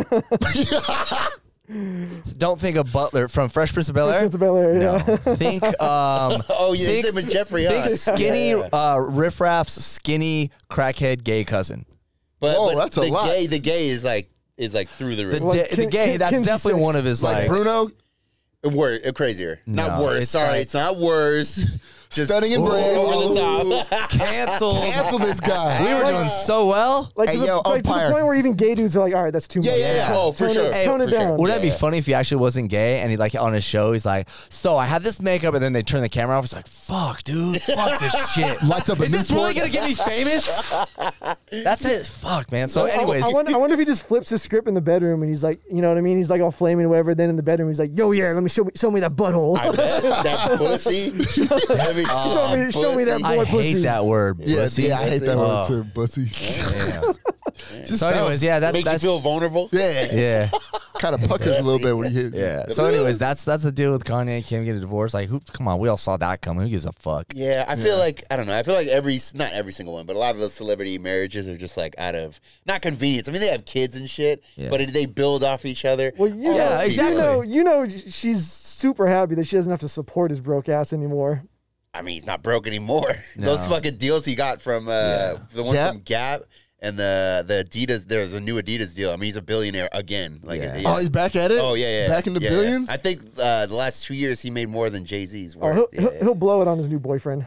Don't think of Butler from Fresh Prince of Bel Air.
Prince of Bel-Air, [laughs]
No.
yeah.
Think. Um,
Oh yeah, his
Think-
name was Jeffrey.
think
Huh?
skinny
Yeah, yeah.
uh, riffraff's skinny crackhead gay cousin.
But,
Whoa,
but
that's a
the
lot.
Gay, the gay is like is like through the
The,
roof.
Well,
da- the
Kim-
gay.
Kim-
that's
Kim's
definitely
six.
one of his
Like
like.
Bruno,
Wor- uh, crazier, not
No,
worse.
it's
Sorry,
like-
it's not worse. Just
stunning and brave.
over the top.
canceled.
Cancel this guy.
We were doing so well.
Like,
Hey,
to, the,
yo,
like to the
umpire.
point where even gay dudes are like, all right, that's too
Yeah,
much.
yeah, yeah. Oh, for
Tone it-
sure.
tone it
for sure.
down.
Would that be
Yeah, yeah.
funny if he actually wasn't gay and he like on his show he's like, so I had this makeup and then they turn the camera off. It's like, fuck, dude, fuck
[laughs]
this shit.
Lights up a
Is this
Newport.
really gonna get me famous? That's it. Fuck, man. So,
I-
[laughs] anyways,
I, wonder, I wonder if he just flips his script in the bedroom and he's like, you know what I mean? He's like all flaming, whatever. Then in the bedroom, he's like, yo, yeah, let me show me, show me that butthole.
I bet [laughs] that pussy. Let me-
Show me- show me that
I
boy
hate
pussy.
that word.
Yeah,
pussy.
yeah, I hate that
Oh.
word too. Bussy. [laughs] Just
[laughs]
So, anyways, yeah, that,
Makes you
that's
feel vulnerable.
[laughs] yeah,
yeah,
kind of puckers a little bit when you hear.
yeah. So, anyways, that's that's the deal with Kanye and Kim getting divorced. Like, who? Come on, we all saw that coming. Who gives a fuck?
Yeah, I feel like I don't know. I feel like every not every single one, but a lot of those celebrity marriages are just like out of not convenience. I mean, they have kids and shit,
Yeah.
but it, they build off each other.
[laughs] well, you
All
know,
Yeah,
those people-
exactly.
You know, you know, she's super happy that she doesn't have to support his broke ass anymore.
I mean, he's not broke anymore. [laughs] Those fucking deals he got from uh, the one
Gap.
from Gap and the the Adidas. There's a new Adidas deal. I mean, he's a billionaire again. Like,
Yeah.
yeah.
Oh, he's back at it.
Oh, yeah, yeah,
back in the
yeah, yeah.
billions.
I think uh, the last two years he made more than Jay Z's
Oh,
worth.
he'll,
Yeah,
he'll,
yeah.
he'll blow it on his new boyfriend.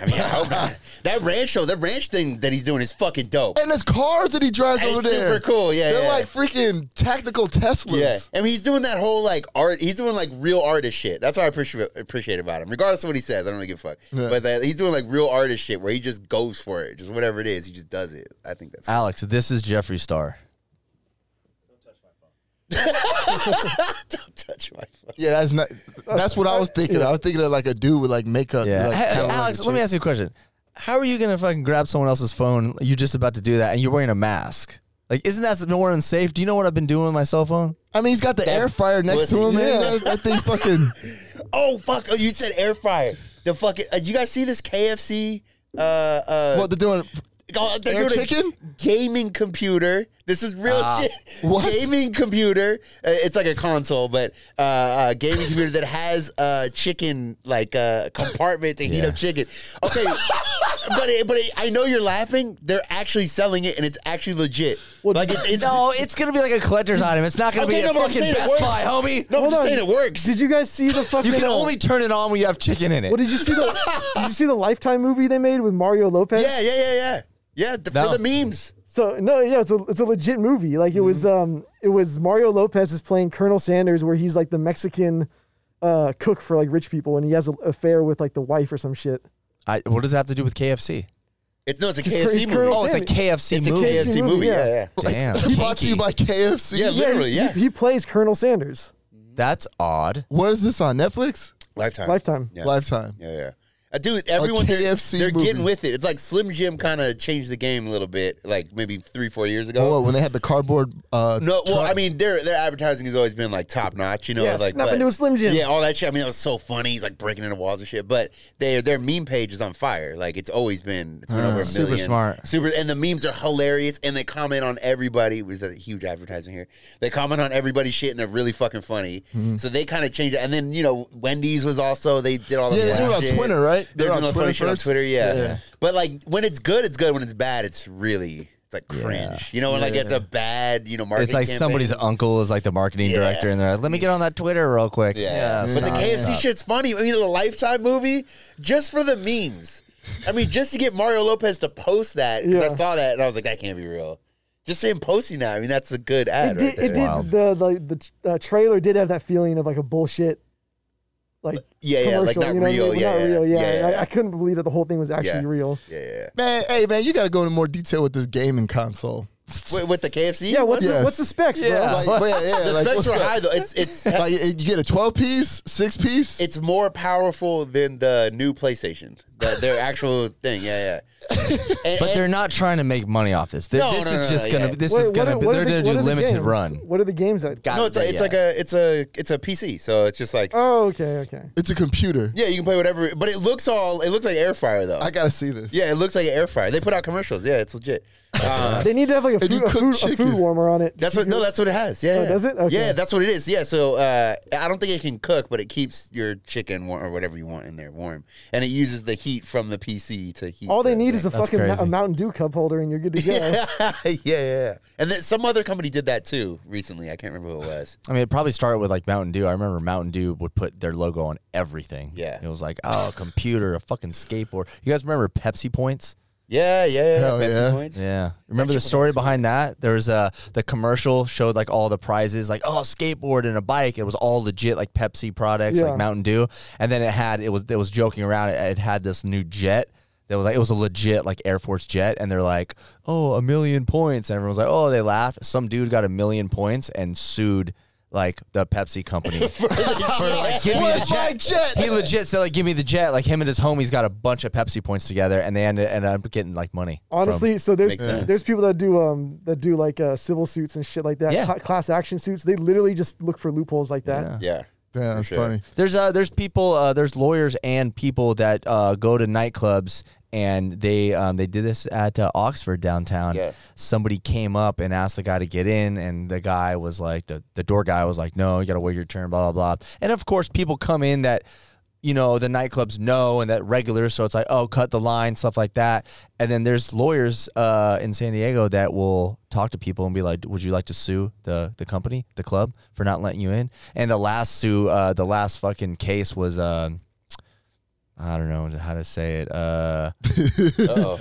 I mean, I hope
[laughs]
not. that ranch show, that ranch thing that he's doing is fucking dope.
And his cars that he drives
It's
over there.
super cool. Yeah,
They're
yeah.
like freaking tactical Teslas.
Yeah, I mean he's doing that whole like art. He's doing like real artist shit. That's what I appreciate appreciate about him. Regardless of what he says, I don't really give a fuck.
Yeah.
But that, he's doing like real artist shit where he just goes for it, just whatever it is, he just does it. I think that's.
Alex, this is Jeffree Star.
Don't [laughs] touch my phone.
Yeah, that's not. That's what I was thinking. I was thinking of like a dude with like makeup.
Yeah.
like,
Hey,
kinda like
Alex,
a
let me
chick.
ask you a question. How are you gonna fucking grab someone else's phone? You're just about to do that, and you're wearing a mask. Like, isn't that more unsafe? Do you know what I've been doing with my cell phone?
I mean, he's got the air fryer next to him,
pussy.
man.
Yeah.
That, that
[laughs]
thing fucking.
Oh fuck! Oh, you said air fryer. The fucking. Uh, you guys see this KFC? Uh, uh,
What they're doing?
Oh, they're
Air
doing a
chicken?
gaming computer. This is real shit.
what?
Gaming computer. Uh, it's like a console, but uh, uh, gaming computer that has uh, chicken like uh, compartment to heat up chicken. Okay, but it, but it, I know you're laughing. They're actually selling it, and it's actually legit.
Well,
like it's, it's
No, it's gonna be like a
[laughs]
collector's item. It's not gonna
Okay,
be
no,
a
but I'm
fucking
saying it
Best
works.
Buy, homie.
No, I'm just
Hold
saying
on.
it works.
Did you guys see the fucking?
you can
uh,
only turn it on when you have chicken in it.
What did you see the? did you see the Lifetime movie they made with Mario Lopez?
yeah, yeah, yeah, yeah, yeah. th-
No.
For the memes.
So no, yeah, it's a it's a legit movie. Like it was
Mm-hmm.
um it was Mario Lopez is playing Colonel Sanders, where he's like the Mexican uh cook for like rich people, and he has an affair with like the wife or some shit.
I, what does that have to do with KFC?
It's no, it's a
He's
KFC
crazy
movie.
Colonel
Oh, it's a
Sammy.
KFC
it's a
movie.
KFC movie. Yeah, yeah. [laughs]
Damn,
Brought to you by KFC.
Yeah, literally,
he,
yeah.
He, he plays Colonel Sanders.
that's odd.
What is this on Netflix?
Lifetime.
Lifetime.
Yeah.
Lifetime.
Yeah, yeah. Uh, dude, everyone they're-
KFC
they're,
movie.
getting with it. It's like Slim Jim kind of changed the game a little bit, like maybe three, four years ago.
Oh, what, when they had the cardboard. Uh,
no, well,
truck?
I mean their their advertising has always been like top notch, you know.
Yeah,
like
snap
but-
into a Slim Jim.
Yeah, all that shit. I mean, that was so funny. He's like breaking into walls and shit. But their their meme page is on fire. Like it's always been. It's
Ah,
been over a
super
million.
smart.
Super, and the memes are hilarious, and they comment on everybody. It was a huge advertisement here. They comment on everybody's shit, and they're really fucking funny.
Mm-hmm.
So they kind of changed it. And then you know, Wendy's was also they did all the
Yeah, they do it on
shit.
Twitter, right?
They're,
They're on
doing all the
Twitter
funny shit on
first?
Twitter, yeah.
Yeah, yeah.
But like when it's good, it's good. When it's bad, it's really it's like cringe. You know, when like it's a bad, you know, marketing.
It's like
campaign.
somebody's uncle is like the marketing
Yeah.
director, and they're like, "Let me get on that Twitter real quick."
Yeah. but the
stop.
KFC shit's funny. I mean, the Lifetime movie, just for the memes. I mean, just to get Mario Lopez to post that, because I
Yeah.
saw that and I was like, that can't be real. Just him posting that, I mean, that's a good ad.
It did.
right
It
there.
did. The the the uh, trailer did have that feeling of like a bullshit, like
Yeah, yeah, like
commercial,
not
you know,
real.
like,
Yeah,
not
yeah,
real. Yeah,
yeah,
I, I couldn't believe that the whole thing was actually
Yeah.
real.
yeah, yeah.
man, hey, man, you got to go into more detail with this
[laughs]
gaming console.
Wait, with the KFC?
Yeah, what's
Yes.
the what's the specs, bro?
Like, but yeah, yeah,
the
like,
specs
what's
were
that?
high though. It's it's
Like, you get a 12 piece, six piece.
it's more powerful than the new PlayStation, the, their actual thing. Yeah, yeah. And-
But
and-
they're not trying to make money off this. Th-
No,
this
no,
is
no,
just
no,
gonna.
yeah.
This
What-
is
what
gonna.
are-
but
what
they're
are the-
gonna do
what are the
limited
games?
run.
What are the games that?
Got
no, it's
it,
a, it's
yeah.
like a it's a it's a PC. So it's just like
Oh, okay, okay.
It's a computer.
yeah, you can play whatever. But it looks all it looks like air fryer though.
I got to see this.
Yeah, it looks like an air fryer. They put out commercials. Yeah, it's
[laughs]
legit. Uh,
They need to have like a
And you
food, a
cook
food, a
chicken.
food warmer on it.
that's what no, that's what it has. Yeah,
Oh, does it? Okay.
Yeah, that's what it is. Yeah, so uh, I don't think it can cook, but it keeps your chicken warm or whatever you want in there warm, and it uses the heat from the PC to heat.
All they
the
need
thing.
is a fucking
crazy.
a Mountain Dew cup holder, and you're good to go.
yeah, [laughs] yeah, yeah. And then some other company did that too recently. I can't remember who it was.
I mean, it probably started with like Mountain Dew. I remember Mountain Dew would put their logo on everything.
Yeah.
it was like, oh, a computer, a fucking skateboard. You guys remember Pepsi Points?
Yeah, yeah, yeah.
Hell
Pepsi
yeah.
Points.
Yeah. Remember the story behind that? There was a the commercial showed like all the prizes, like oh, a skateboard and a bike. It was all legit, like Pepsi products,
Yeah.
like Mountain Dew. And then it had it was it was joking around. It, it had this new jet. That was like it was a legit like Air Force jet, and they're like, "Oh, a million points!" And everyone was like, "Oh!" They laugh. Some dude got a million points and sued like the Pepsi company for like, "Give me the jet." He legit said like, "Give me the jet." Like him and his homies got a bunch of Pepsi points together, and they ended, ended up getting like money. from-
[laughs] Honestly, so there's
Makes sense.
there's people that do um that do like uh, civil suits and shit like that,
Yeah.
cla- class action suits. They literally just look for loopholes like that.
Yeah.
Damn, that's
sure.
funny.
There's uh, there's people, uh, there's lawyers and people that uh, go to nightclubs, and they um, they did this at uh, Oxford downtown.
Yeah.
Somebody came up and asked the guy to get in, and the guy was like, the the door guy was like, no, you got to wait your turn, blah blah blah. And of course, people come in that. You know the nightclubs know, and that regulars, so it's like, oh, cut the line, stuff like that. And then there's lawyers uh, in San Diego that will talk to people and be like, "Would you like to sue the the company, the club, for not letting you in?" And the last sue, uh, the last fucking case was, um, I don't know how to say it. Uh,
Uh-oh.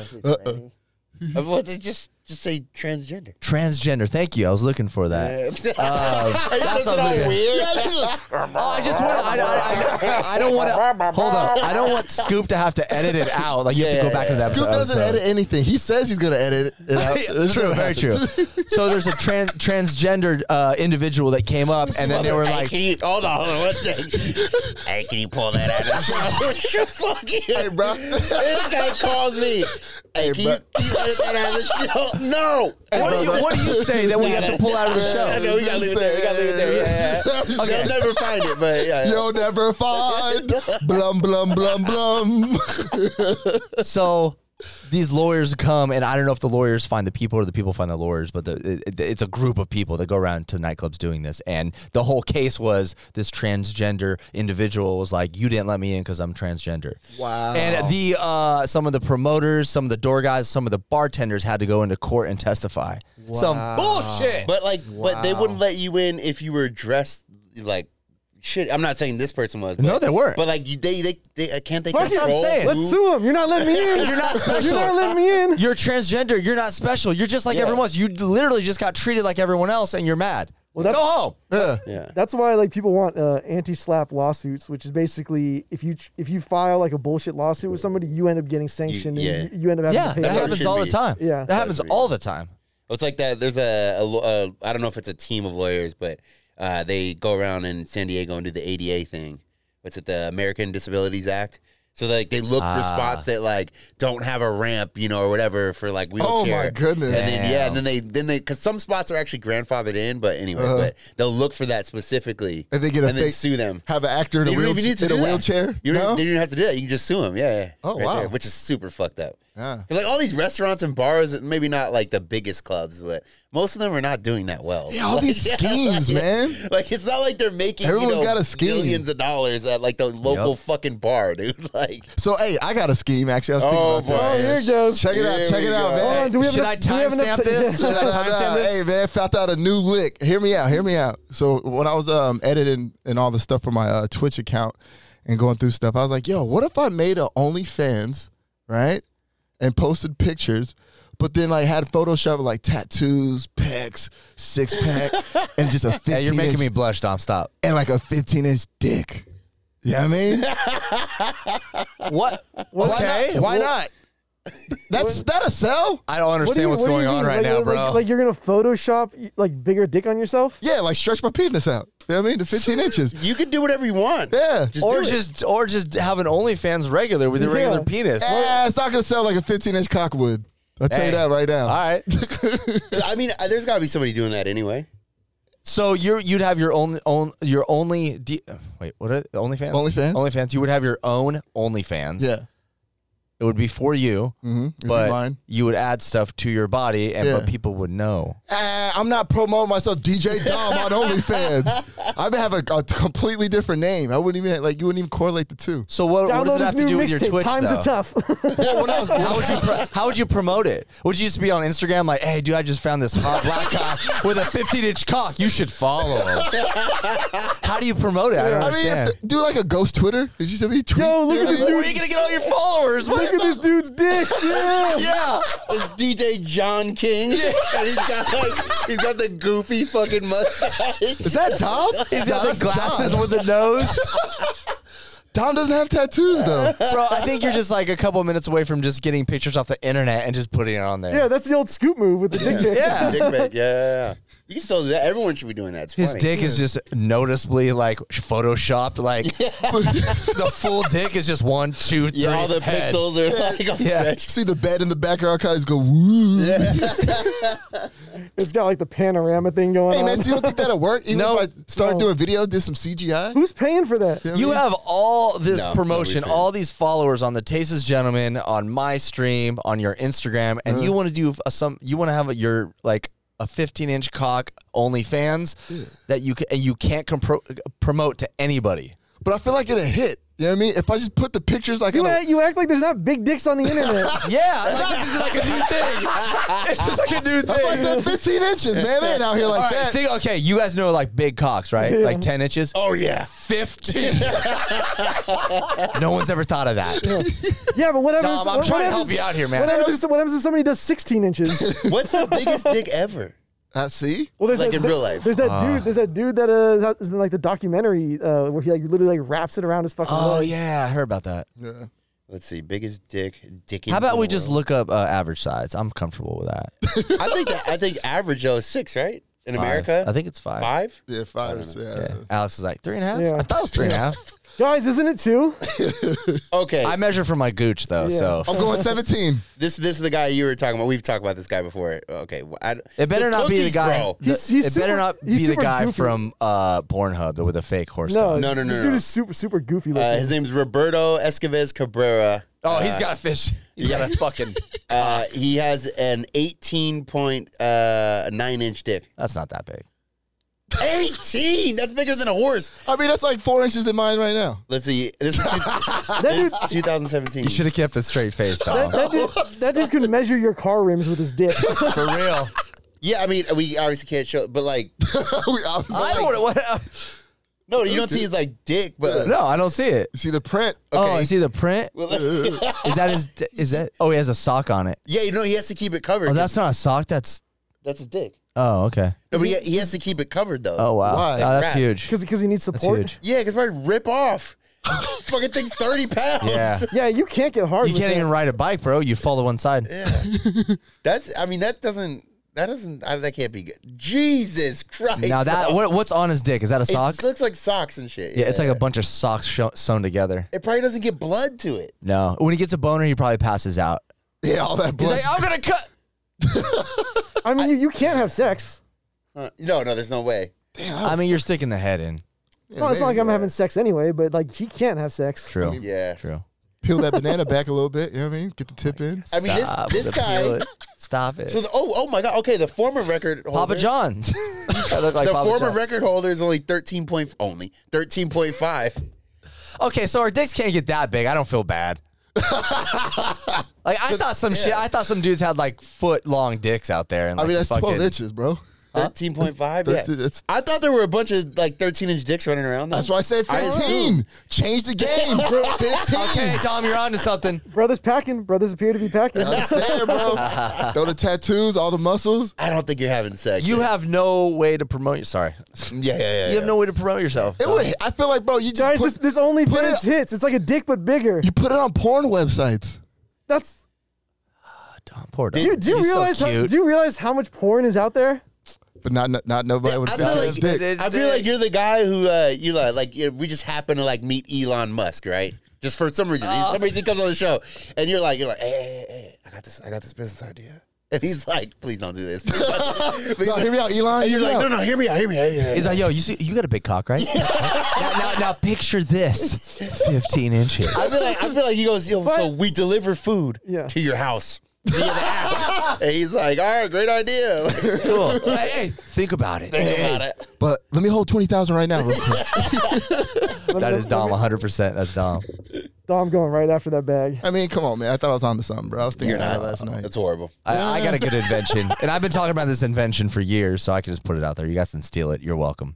Uh, well, they just just say transgender.
transgender. Thank you. I was looking for that. Ah,
that's
sounds like a-
weird.
Oh, I just want. to. I, I, I, I don't want to. Hold on. I don't want Scoop to have to edit it out. Like you have to
Yeah,
go back to
yeah,
that.
Scoop doesn't
episode.
edit anything. He says he's gonna edit
[laughs]
it [laughs] out. It's
Uh, true,
never
very true.
happens.
So there's a tran- transgendered uh, individual that came up, [laughs] and then they were
Hey,
like,
can you, hold on, hold on,
[laughs]
one second. [laughs] hey, can you pull that out of the shower? Fuck you.
hey, bro.
This guy calls me. Hey, can,
bro.
you, can you edit that out of the show? No.
What do
bro.
you What do [laughs] you say that we have to pull out of the
Yeah,
show?
no, we gotta leave it there. We gotta leave it there. Yeah, yeah.
Okay.
You'll never find it, but yeah. yeah.
[laughs] You'll never find blum blum blum blum.
So these lawyers come, and I don't know if the lawyers find the people or the people find the lawyers, but the, it, it's a group of people that go around to nightclubs doing this. And the whole case was this transgender individual was like, "You didn't let me in because I'm transgender."
Wow.
And the uh, some of the promoters, some of the door guys, some of the bartenders had to go into court and testify. Some bullshit.
But like, but they wouldn't let you in if you were dressed like shit. I'm not saying this person was. But,
No, they weren't.
But like, you, they they, they uh, can't they
That's what I'm
control?
saying.
who-
Let's sue him. You're not letting me in.
You're not special.
You're not letting
[laughs]
me in.
You're transgender. You're not special. You're just like
Yeah.
everyone else. You literally just got treated like everyone else, and you're mad.
Well,
Go
that's-
home.
Yeah.
Yeah.
That's why like people want uh, anti-slap lawsuits, which is basically if you if you file like a bullshit lawsuit with somebody, you end up getting sanctioned
yeah.
and you, you end up having
Yeah,
to pay.
that
how it
for it.
happens
should
all the
be.
time.
Yeah.
that happens
That's
all the time.
It's like that. There's a, a, lo- a I don't know if it's a team of lawyers, but uh, they go around in San Diego and do the ADA thing. What's it? The American Disabilities Act. So like they look for spots that like don't have a ramp, you know, or whatever for like wheelchair.
Oh, my goodness.
And then, yeah,
Damn.
and then they then they because some spots are actually grandfathered in, but anyway, but they'll look for that specifically,
Uh-huh. And they get a
and then
fake
sue them.
Have an actor in a
You don't even
wheelchair.
need to
In a
do that.
wheelchair.
You
no?
don't, you don't have to do that. You can just sue them. Yeah. yeah.
Oh, wow.
Which is super fucked up.
Yeah.
'Cause, like all these restaurants and bars, maybe not like the biggest clubs, but most of them are not doing that well.
Yeah,
[laughs]
all these
Like,
schemes,
like,
man.
Like it's not like they're making everyone
Everyone's
you know,
got a scheme.
millions of dollars at like the local
Yup.
fucking bar, [laughs] dude. Like
So hey, I got a scheme. Actually, I was thinking
Oh,
about that.
boy.
Oh, here it goes.
Check it out.
Here
Check
we
it out,
go.
man.
Hold on, do we have
Should
enough-
I
do we have enough
timestamp
to-
this? Should
[laughs]
I
Nah, nah,
timestamp this?
Hey man, found out a new lick. Hear me out. Hear me out. So when I was um editing and all the stuff for my uh, Twitch account and going through stuff, I was like, yo, what if I made a OnlyFans, right? And posted pictures, but then like had Photoshop like tattoos, pecs, six pack, and just
[laughs]
a fifteen.
Hey, you're making
inch-
me blush, Dom. Stop.
and like a fifteen inch dick. You know what I
[laughs]
mean?
What? okay.
Why not? Why not? That's is that a sell?
I don't
What do
understand
you-
what's
what do you
going on
mean?
right
Like,
now,
like-
bro.
Like you're gonna Photoshop like bigger dick on yourself?
Yeah, like stretch my penis out. You know what I mean? The fifteen inches.
you can do whatever you want.
Yeah.
Just
or
do it.
just or just have an OnlyFans regular with a
Yeah.
regular penis.
Eh, it's not gonna sell like a 15 inch cock would. I'll tell
Hey.
you that right now.
All right.
I mean, uh, there's got to be somebody doing that anyway.
So you you'd have your own own your only D, wait what are OnlyFans
OnlyFans?
OnlyFans you would have your own OnlyFans
Yeah.
it would be for you
Mm-hmm.
but you would add stuff to your body and but
Yeah.
people would know
Eh, I'm not promoting myself, DJ Dom [laughs] on OnlyFans. I would have a, a completely different name. I wouldn't even like you wouldn't even correlate the two.
so what, what does
Download
it have
this
to do
new
with your
mixtape.
Twitch
Times
though?
are tough. [laughs]
Well, when
[laughs]
I was-
How would you pro- how would you promote it? Would you just be on Instagram like, "Hey, dude, I just found this hot black guy with a 15 inch cock. You should follow him." how do you promote it? I don't
I mean,
understand.
if- do like a ghost Twitter. Did you see me tweet?
Yo, look at this
Where
dude.
are you gonna get all your followers? What?
Look at this
[laughs]
dude's dick. Yeah.
Yeah,
It's DJ John [laughs] King, and he's got like he's got the goofy fucking mustache.
Is that Dom?
he's got
Dom's
the glasses
John.
with the nose.
Dom doesn't have tattoos [laughs] though.
[laughs] Bro, I think you're just like a couple minutes away from just getting pictures off the internet and just putting it on there.
Yeah, that's the old scoop move with the dick pic.
Yeah.
dick pic. Yeah, yeah, yeah. You can still do that. Everyone should be doing that. It's
His
funny.
dick is just noticeably like photoshopped.
[laughs]
Like [laughs] the full dick is just one, two, three.
Yeah, all the
head.
pixels are like all
Yeah. [laughs]
stretched.
See the bed in the background guys go woo.
It's got like the panorama thing going
Hey
on.
man, so you don't think that'll work? Even
No.
if I start
No.
doing video, did some CGI?
Who's paying for that?
Yeah.
You have all this
No,
promotion,
no, we
all these followers on the Tastes Gentleman, on my stream, on your Instagram, and
Uh-huh.
you want to do a, some. You want to have your like a 15 inch cock OnlyFans that you can, and you can't compro- promote to anybody.
But I feel like it'll hit. You know what I mean? If I just put the pictures like
You
in a-
act, you act like there's not big dicks on the internet.
[laughs] Yeah, like, this is like a new thing. [laughs] This is like a new thing.
That's why I [laughs] said 15 inches, man. They ain't out here like
All right,
that.
think- okay, you guys know like big cocks, right? Like 10 inches.
Oh yeah.
[laughs]
15. no one's ever thought of that.
yeah, but whatever.
Dom, I'm trying to help you out here, man.
What happens, if, what happens if somebody does
[laughs]
16 inches?
What's the biggest dick ever?
I Uh, see.
Well, there's
Like in
that,
real life.
There's that
Ah.
dude. There's that dude that uh, is in like the documentary uh, where he like literally like wraps it around his fucking.
Oh,
leg.
yeah, I heard about that.
Let's see. Biggest dick. Dick.
How about we just look up uh, average size? I'm comfortable with that.
I think that, I think average though is six, right? in
Five.
America?
I think it's five.
five.
Yeah, five. or so, Yeah.
Yeah. Alex is like three and a half.
Yeah.
I thought it was three and a half.
Guys, isn't it two?
Okay,
I measure from my gooch though,
Yeah.
so
I'm going 17.
this this is the guy you were talking about. We've talked about this guy before. Okay, wh- I,
it better
The
not be the
cookies,
guy.
bro.
the-
He's- he's
it
super-
better not
he's
be the
super
guy
goofy.
from uh, Pornhub with a fake horse.
No,
cock.
No, no, no,
This
no,
dude
no.
is super, super goofy looking.
Uh, his name's Roberto Escoves Cabrera.
Oh, he's got a [laughs] fish. He's got a fucking.
Uh, he has an 18.9 inch dick.
[laughs] That's not that big.
18! That's bigger than a horse.
I mean, that's like four inches in mine right now. [laughs]
Let's see.
[laughs]
This is,
that,
this is 2017.
You should have kept a straight face, [laughs]
dude,
though.
that, dude, that dude could measure your car rims with
[laughs]
his dick.
For real.
Yeah, I mean, we obviously can't show, but like,
We- I was
I
like,
don't. What, uh,
no, you don't see his like dick, but
no, I don't see it.
see the print.
Oh, you see the [laughs] print? Is that his? Is that? Oh, he has a sock on it.
yeah, you know, he has to keep it covered.
Oh, that's not a sock. That's.
that's his dick.
Oh, okay.
No, but he, he has to keep it covered though.
Oh wow.
Why?
Oh, that's
Rats.
huge.
Because he needs
That's
support.
huge.
Yeah, because probably rip off. [laughs] Fucking
[laughs]
thing's 30 pounds.
Yeah.
Yeah, you can't get hard.
You
with
can't
that.
even ride a bike, bro. You fall to one side.
That's, I mean, that doesn't, that doesn't, I, that can't be good. Jesus Christ.
Now that
bro.
what, what's on his dick? Is that a
It
sock?
just looks like socks and shit.
Yeah, it's like a bunch of socks sho- sewn together.
It probably doesn't get blood to it.
No, when he gets a boner, he probably passes out.
Yeah, all that
He's
blood.
like, I'm gonna cut.
I mean, you, you can't have sex.
Uh, no, no, there's no way.
I mean, you're sticking the head in.
It's not, it's not like I'm having sex anyway, but like he can't have sex.
True.
Yeah.
True.
Peel that banana back a little bit. You know what I mean? Get the tip in.
I mean, this- this
with the
guy-
peel it. Stop it.
So the, oh oh my god. Okay, the former record holder,
Papa John.
[laughs]
I look like
the
Papa
former
John.
record holder is only thirteen point only thirteen point five.
Okay, so our dicks can't get that big. I don't feel
[laughs]
bad. like I thought some shit. I thought some dudes had like foot long dicks out there. And,
I
like,
mean, that's
fucking,
12 inches, bro.
Thirteen point five. Yeah.
That's- that's-
I thought there were a bunch of like thirteen inch dicks running around. though.
That's why I say
I assume-
15. Change the game, bro. 15.
Okay, Tom, you're on to something.
Brothers packing. Brothers appear to be packing.
I'm saying, bro. Throw the tattoos, all the muscles.
[laughs] I don't think you're having sex.
You have no way to promote. your- Sorry,
Yeah, yeah, yeah.
you have
yeah.
no way to promote yourself.
It would, I feel like, bro, you just
Guys,
put,
this, this only
put
fans
it-
hits. It's like a dick but bigger.
you put it on porn websites.
That's
Tom, poor Dom.
dude. Do you
He's so
realize? how,
cute.
do you realize how much porn is out there?
But not not, not nobody would
I
fit
feel
like,
like
his dick.
I feel like you're the guy who uh, you like, like you know, we just happen to like meet Elon Musk, right? Just for some reason,
Uh.
some reason he comes on the show, and you're like, you're like, hey, hey, hey, hey, I got this, I got this business idea, and he's like, please don't do this. Please don't do this.
[laughs] No, hear me out, Elon.
And
hear
you're
me
like, no,
out.
no, hear me out, hear me out. Hear me out.
He's like, yo, you see, you got a big cock, right? now, now, now picture this, 15 inches.
I feel like I feel like he goes, yo, so we deliver food
Yeah.
to your house. via the app." and he's like, all right, great idea. Think
Cool. Hey, hey, think about
[laughs]
it.
about it.
But let me hold 20,000 right now. real quick.
[laughs] That is Dom, 100. percent That's Dom.
Dom going right after that bag.
I mean, come on, man. I thought I was on to something, bro. I was thinking about it last night.
That's horrible.
I, I got a good invention, and I've been talking about this invention for years, so I can just put it out there. You guys can steal it. You're welcome.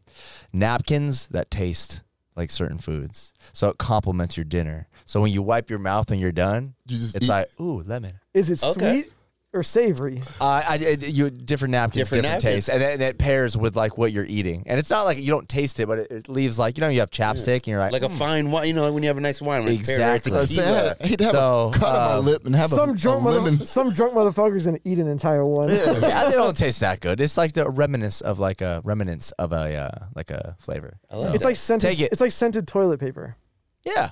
Napkins that taste like certain foods, so it complements your dinner. So when you wipe your mouth and you're done,
You just
it's
eat-
like ooh lemon.
Is it
Okay.
sweet or savory?
Uh, I, I- you different napkins, different,
Different napkins.
tastes, and, it- and it pairs with like what you're eating. And it's not like you don't taste it, but it, it leaves like you know you have chapstick, and you're like,
Like a [laughs] fine wine, you know, when you have a nice wine, like pear,
Hmm. Exactly.
I said,
tequila.
I hate to have
So,
a cut on
uh,
um,
my lip and have
Some
a, a
drunk mother,
lemon.
some drunk motherfucker's gonna eat an entire one.
yeah, they don't taste that good. It's like the remnants of like a remnants of a uh, like a flavor. So-
It's like scented.
Take it.
It's like scented toilet paper.
yeah.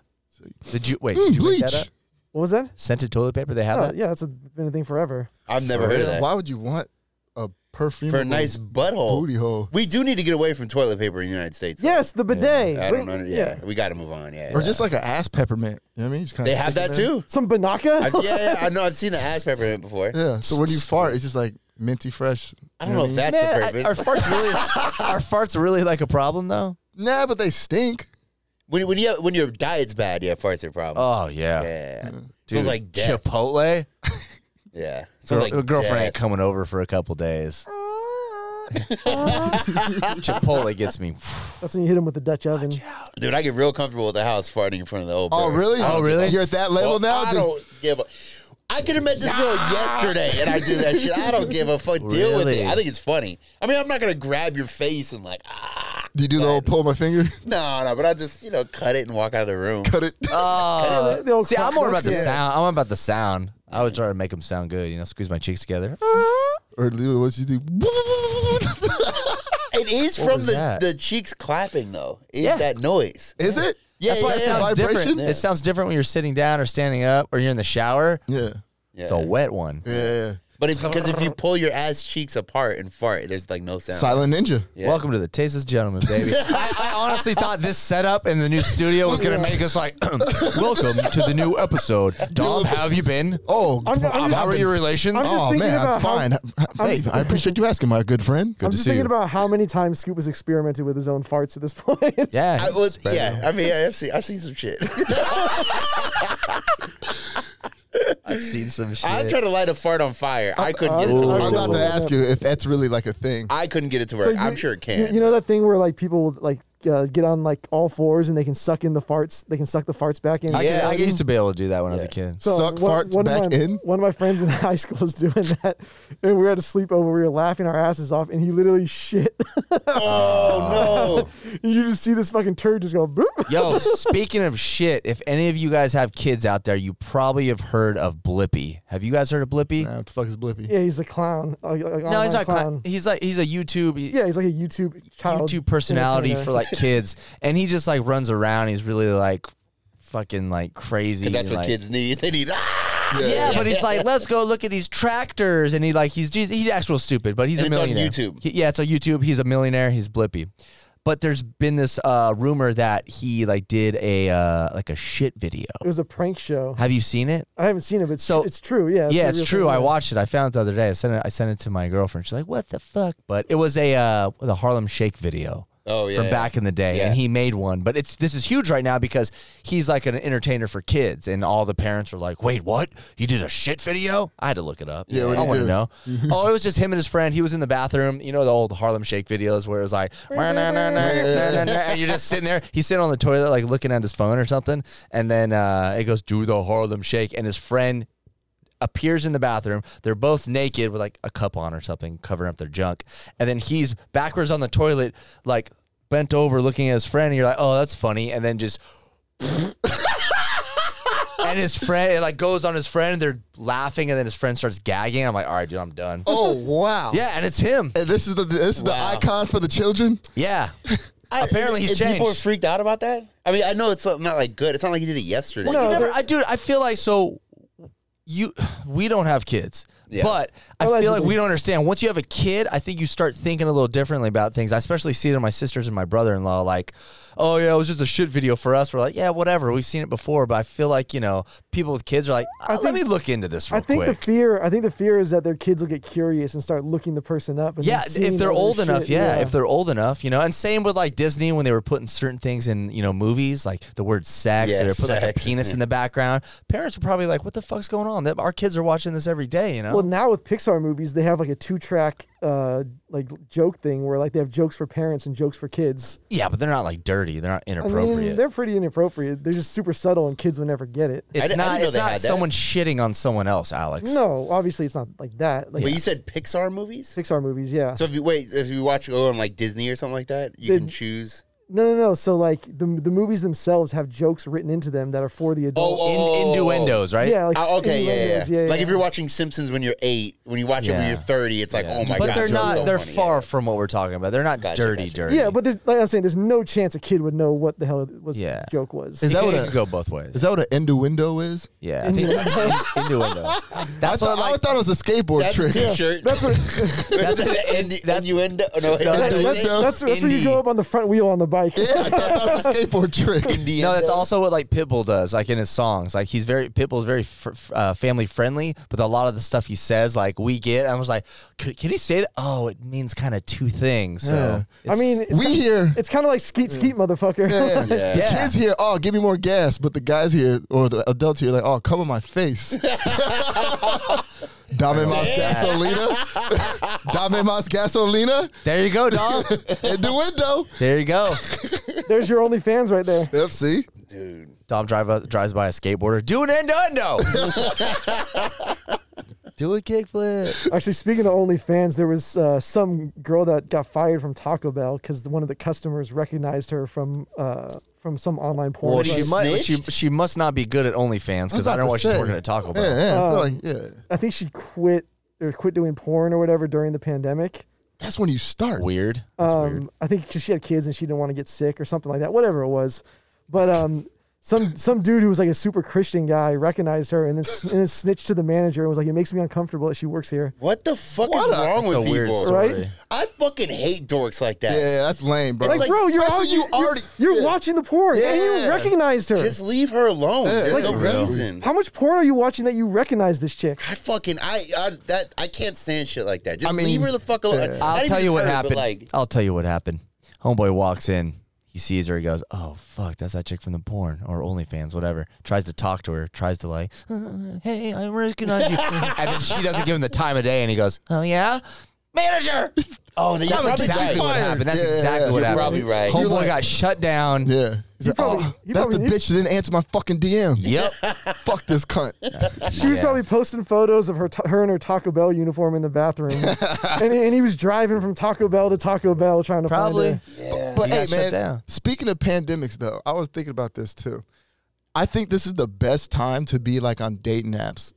Did you wait?
Mm,
Did you make
bleach.
that up?
What was that?
Scented toilet paper? They have
Oh,
that?
yeah, that's a, been a thing forever.
I've never heard of that.
Why would you want a perfume
for a nice butthole.
booty hole?
We do need to get away from toilet paper in the United States. though.
Yes, the bidet.
I don't know.
Bring-
Yeah, we got to move on. Yeah,
Or just like an ass peppermint. You know what I mean? It's kinda
they have that
sticky, man.
too.
Some banaka.
I've, yeah, yeah, I know. I've seen an ass peppermint before.
Yeah. So when you fart, it's just like minty fresh.
I don't know if that's
Man,
the
I-
purpose.
are farts really are farts really like a problem
[laughs]
though?
Nah, but they stink.
when, when you have, when your diet's bad, yeah, farts are a problem.
Oh yeah.
yeah,
Dude,
smells like death.
Chipotle.
yeah, smells
Girl,
like
her girlfriend ain't
death.
coming over for a couple days. Chipotle gets me.
[laughs] That's when you hit him with the Dutch oven.
Dude, I get real comfortable with the house farting in front of the old.
Oh,
bird.
really?
I don't give a
You're at that level
fuck.
now?
I don't
Just-
give a. I could have met this girl yesterday, and I do that shit. I don't give
[laughs]
a fuck. Deal with it.
Really?
I think it's funny. I mean, I'm not gonna grab your face and like ah.
Do you do the old pull my finger? [laughs]
No, no, but I just you know cut it and walk out of
[laughs]
the room.
Cut it.
Uh,
the- the old
see, I'm more about the
cockroach, yeah.
sound. I'm about the sound. I would try to
[laughs]
make them sound good. You know, squeeze my cheeks together.
Or little what you do.
It is
What
from
was
the,
that?
the cheeks clapping though. Is
Yeah.
that noise?
Is it?
Yeah,
That's why
yeah,
it
yeah.
sounds different.
Vibration?
It sounds different when you're sitting down or standing up or you're in the shower.
Yeah.
Yeah.
It's a wet one.
Yeah. yeah.
But if because if you pull your ass cheeks apart and fart, there's like no sound.
Silent Ninja.
Yeah.
Welcome to the Tasteless Gentleman, baby. I, I honestly thought this setup in the new studio was going to
[laughs]
make us
[clears throat]
like, welcome to the new episode. Dom, how have you been?
Oh,
I'm- I'm just-
How are your relations?
I'm just
oh
thinking
man, I'm
about how-
fine. hey,
just-
I appreciate you asking, my good friend.
Good
I'm
to
just
see
thinking
you.
about how many times Scoop has experimented with his own farts at this [laughs] point.
Yeah.
I was yeah. I mean, I see I see some shit. [laughs]
I've seen some shit.
I tried to light a fart on fire. I couldn't get it to
I'm-
work.
I'm about to
Ooh.
ask you if that's really like a thing.
I couldn't get it to work.
So
I'm
you-
sure it
You,
can.
you know that thing where like people will, like uh, get on like all fours and they can suck in the farts. They can suck the farts back in.
I, could-
Yeah,
I
I
used to be able to do that when I was a kid.
Suck farts
of
back
my,
in?
One of my friends in [laughs] high school was doing that, and we were at a sleepover. We were laughing our asses off, and he literally shit. [laughs]
[laughs]
oh
you just see this fucking turd just go. Boop.
Yo, speaking of shit, if any of you guys have kids out there, you probably have heard of Blippy. Have you guys heard of Blippy?
Nah, what the fuck is Blippy?
Yeah, he's a clown. Like, like
no,
online
he's not.
clown.
Clown. He's like he's a YouTube.
Yeah, he's like a YouTube child.
YouTube personality
entertainer.
for like kids, and he just like runs around. He's really like fucking like crazy.
no! That's what
like-
kids need. They need. Ah!
Yeah, but he's
[laughs]
like, let's go look at these tractors, and he like he's he's, he's actual stupid, but he's
And
a
it's on
millionaire.
YouTube.
He- yeah, it's on YouTube. He's a millionaire. He's blippy. But there's been this uh, rumor that he like did a uh, like a shit video.
It was a prank show.
Have you seen it?
I haven't seen it, but
So-
so, it's true. Yeah,
yeah,
a
it's
real
true.
thing,
I
yeah.
watched it. I found it the other day. I sent it. I sent it to my girlfriend. She's like, "What the fuck?" But it was a uh, the Harlem Shake video.
Oh, yeah,
from
yeah.
back in the day,
Yeah.
and he made one. But it's this is huge right now because he's like an entertainer for kids, and all the parents are like, "Wait, what? He did a shit video?" I had to look it up.
Yeah, what'd
I
he
want to
do?
know. oh, it was just him and his friend. He was in the bathroom. You know the old Harlem Shake videos where it was like, "Nah, nah, nah, nah, nah, nah, nah," and you're just sitting there. He's sitting on the toilet like looking at his phone or something, and then uh, it goes, "Do the Harlem Shake," and his friend appears in the bathroom. They're both naked with like a cup on or something, covering up their junk. And then he's backwards on the toilet, like bent over looking at his friend. And you're like, oh, that's funny. And then just. and his friend, it like goes on his friend. And they're laughing. And then his friend starts gagging. I'm like, all right, dude, I'm done.
Oh wow.
Yeah, and it's him.
And this is the this is
Wow.
the icon for the children.
[laughs]
Yeah. Apparently he's
And People are
changed.
freaked out about that. I mean, I know it's not like good. It's not like he did it yesterday.
Well, you never, I, dude, I feel like so you, we don't have kids, but I feel like
Allegedly.
we don't understand. Once you have a kid, I think you start thinking a little differently about things. I especially see it in my sisters and my brother in law, like, oh yeah, it was just a shit video for us. We're like, yeah, whatever, we've seen it before. But I feel like you know, people with kids are like, "Uh, let me look into this real
I think
quick.
the fear. I think the fear is that their kids will get curious and start looking the person up. And then
Yeah,
seeing
if they're
all their
old
shit,
enough, yeah, if they're old enough, you know. And same with like Disney when they were putting certain things in, you know, movies like the word sex,
Yeah,
or they put like a
sex,
penis in the background. Parents were probably like, "What the fuck's going on? That- Our kids are watching this every day," you know.
well, now with Pixar movies, they have like a two-track uh, like joke thing where like they have jokes for parents and jokes for kids.
yeah, but they're not like dirty. They're not
I
inappropriate.
mean, they're pretty inappropriate. They're just super subtle, and kids would never get it.
I
it's
didn't-
not.
I didn't know
It's
they
not
had that.
someone shitting on someone else, Alex.
No, obviously it's not like that. Like
But you said Pixar movies.
Pixar movies, yeah.
So if you wait, if you watch go on like Disney or something like that, you
They-
can choose.
no, no, no. So like the the movies themselves have jokes written into them that are for the adults.
oh,
In, innuendos, right?
Yeah, like
Oh, okay, yeah,
innuendos,
yeah.
yeah,
Like if
yeah.
you're watching Simpsons when you're eight, when you watch it when
Yeah.
you're thirty, it's like, oh my
but
god,
they're
this is
not.
so
they're
funny.
far
Yeah.
from what we're talking about. They're not
Gotcha,
dirty,
gotcha.
dirty.
Yeah, but there's, like I'm saying, there's no chance a kid would know what the hell was
Yeah.
the joke was.
Is
It
that
could-
what
it
a-
could go both ways?
Is that what an innuendo is?
yeah, I
[laughs]
think [laughs] in- innuendo. That's
I,
what
thought,
like.
I thought it was a skateboard
That's a
trick.
T-shirt.
that's
[laughs]
what. [laughs]
that's an end. That's you end. No,
That's-
That's, that's,
Innuendo.
that's, that's when you go up on the front wheel on the bike.
[laughs] Yeah, I thought that was a skateboard trick.
[laughs] No, that's also what like Pitbull does, like in his songs. Like he's very Pitbull's very fr- f- uh, family friendly, but a lot of the stuff he says, like we get. I was like, could, can he say that? Oh, it means kind of two things. So
I
it's-
mean, it's,
We here.
it's kind of like skeet skeet, motherfucker.
Yeah. The
Yeah.
kids here, oh, give me more gas. But the guys here, or the adults here, like, oh, come on my face. Dame mas gasolina. Dame mas gasolina.
there you go, [laughs] dog.
In the window.
there you go.
[laughs] There's your only fans right there.
Yep, see?
dude.
Dom drive, uh, drives by a skateboarder. Do an endo endo. [laughs] Do a kickflip.
Actually, speaking of OnlyFans, there was uh, some girl that got fired from Taco Bell because one of the customers recognized her from uh, from some online porn.
Well,
site.
she
she
must she,
snitched?
she must not be good at OnlyFans because I don't know why she's working at Taco Bell.
Yeah, yeah, I feel like, yeah.
I think she quit or quit doing porn or whatever during the pandemic.
That's when you start.
Weird. That's weird.
Um, I think 'cause she had kids and she didn't want to get sick or something like that, whatever it was. But um, some some dude who was like a super Christian guy recognized her and then, s- and then snitched to the manager and was like, "It makes me uncomfortable that she works here."
What the fuck is
What a-
wrong
That's
with
a weird
people?
story.
Right?
I fucking hate dorks like that.
Yeah, that's lame, bro.
Like,
like,
bro, you're
especially
already
you
you are
already-
you're
yeah.
watching the porn and
Yeah.
you recognized her.
Just leave her alone. There's
Like,
no
for real.
reason.
How much porn are you watching that you recognize this chick?
I fucking I, I that I can't stand shit like that. Just
I mean,
leave her the fuck alone. I- not
I'll
even
tell you
just
what
her, but,
happened.
Like,
I'll tell you what happened. Homeboy walks in. He sees her. He goes, "Oh fuck, that's that chick from the porn or OnlyFans, whatever." Tries to talk to her. Tries to like, uh, "Hey, I recognize
[laughs]
you," and then she doesn't give him the time of day, and he goes, "Oh yeah." Manager!
oh, then you're
That's
probably
exactly
right.
what happened. That's
Yeah, yeah,
exactly
yeah.
what
You're
happened.
probably right.
Homeboy
You're like-
got shut down.
Yeah. He's like,
probably-
oh,
he
that's
probably
the
knew-
bitch that didn't answer my fucking DM.
Yep.
Fuck this cunt.
[laughs] She was
Yeah.
probably posting photos of her, ta- her and her Taco Bell uniform in the bathroom, and, and he was driving from Taco Bell to Taco Bell trying to
Probably.
Find her.
But
You
hey,
got shut
man,
down.
speaking of pandemics, though, I was thinking about this too. I think this is the best time to be like on dating apps.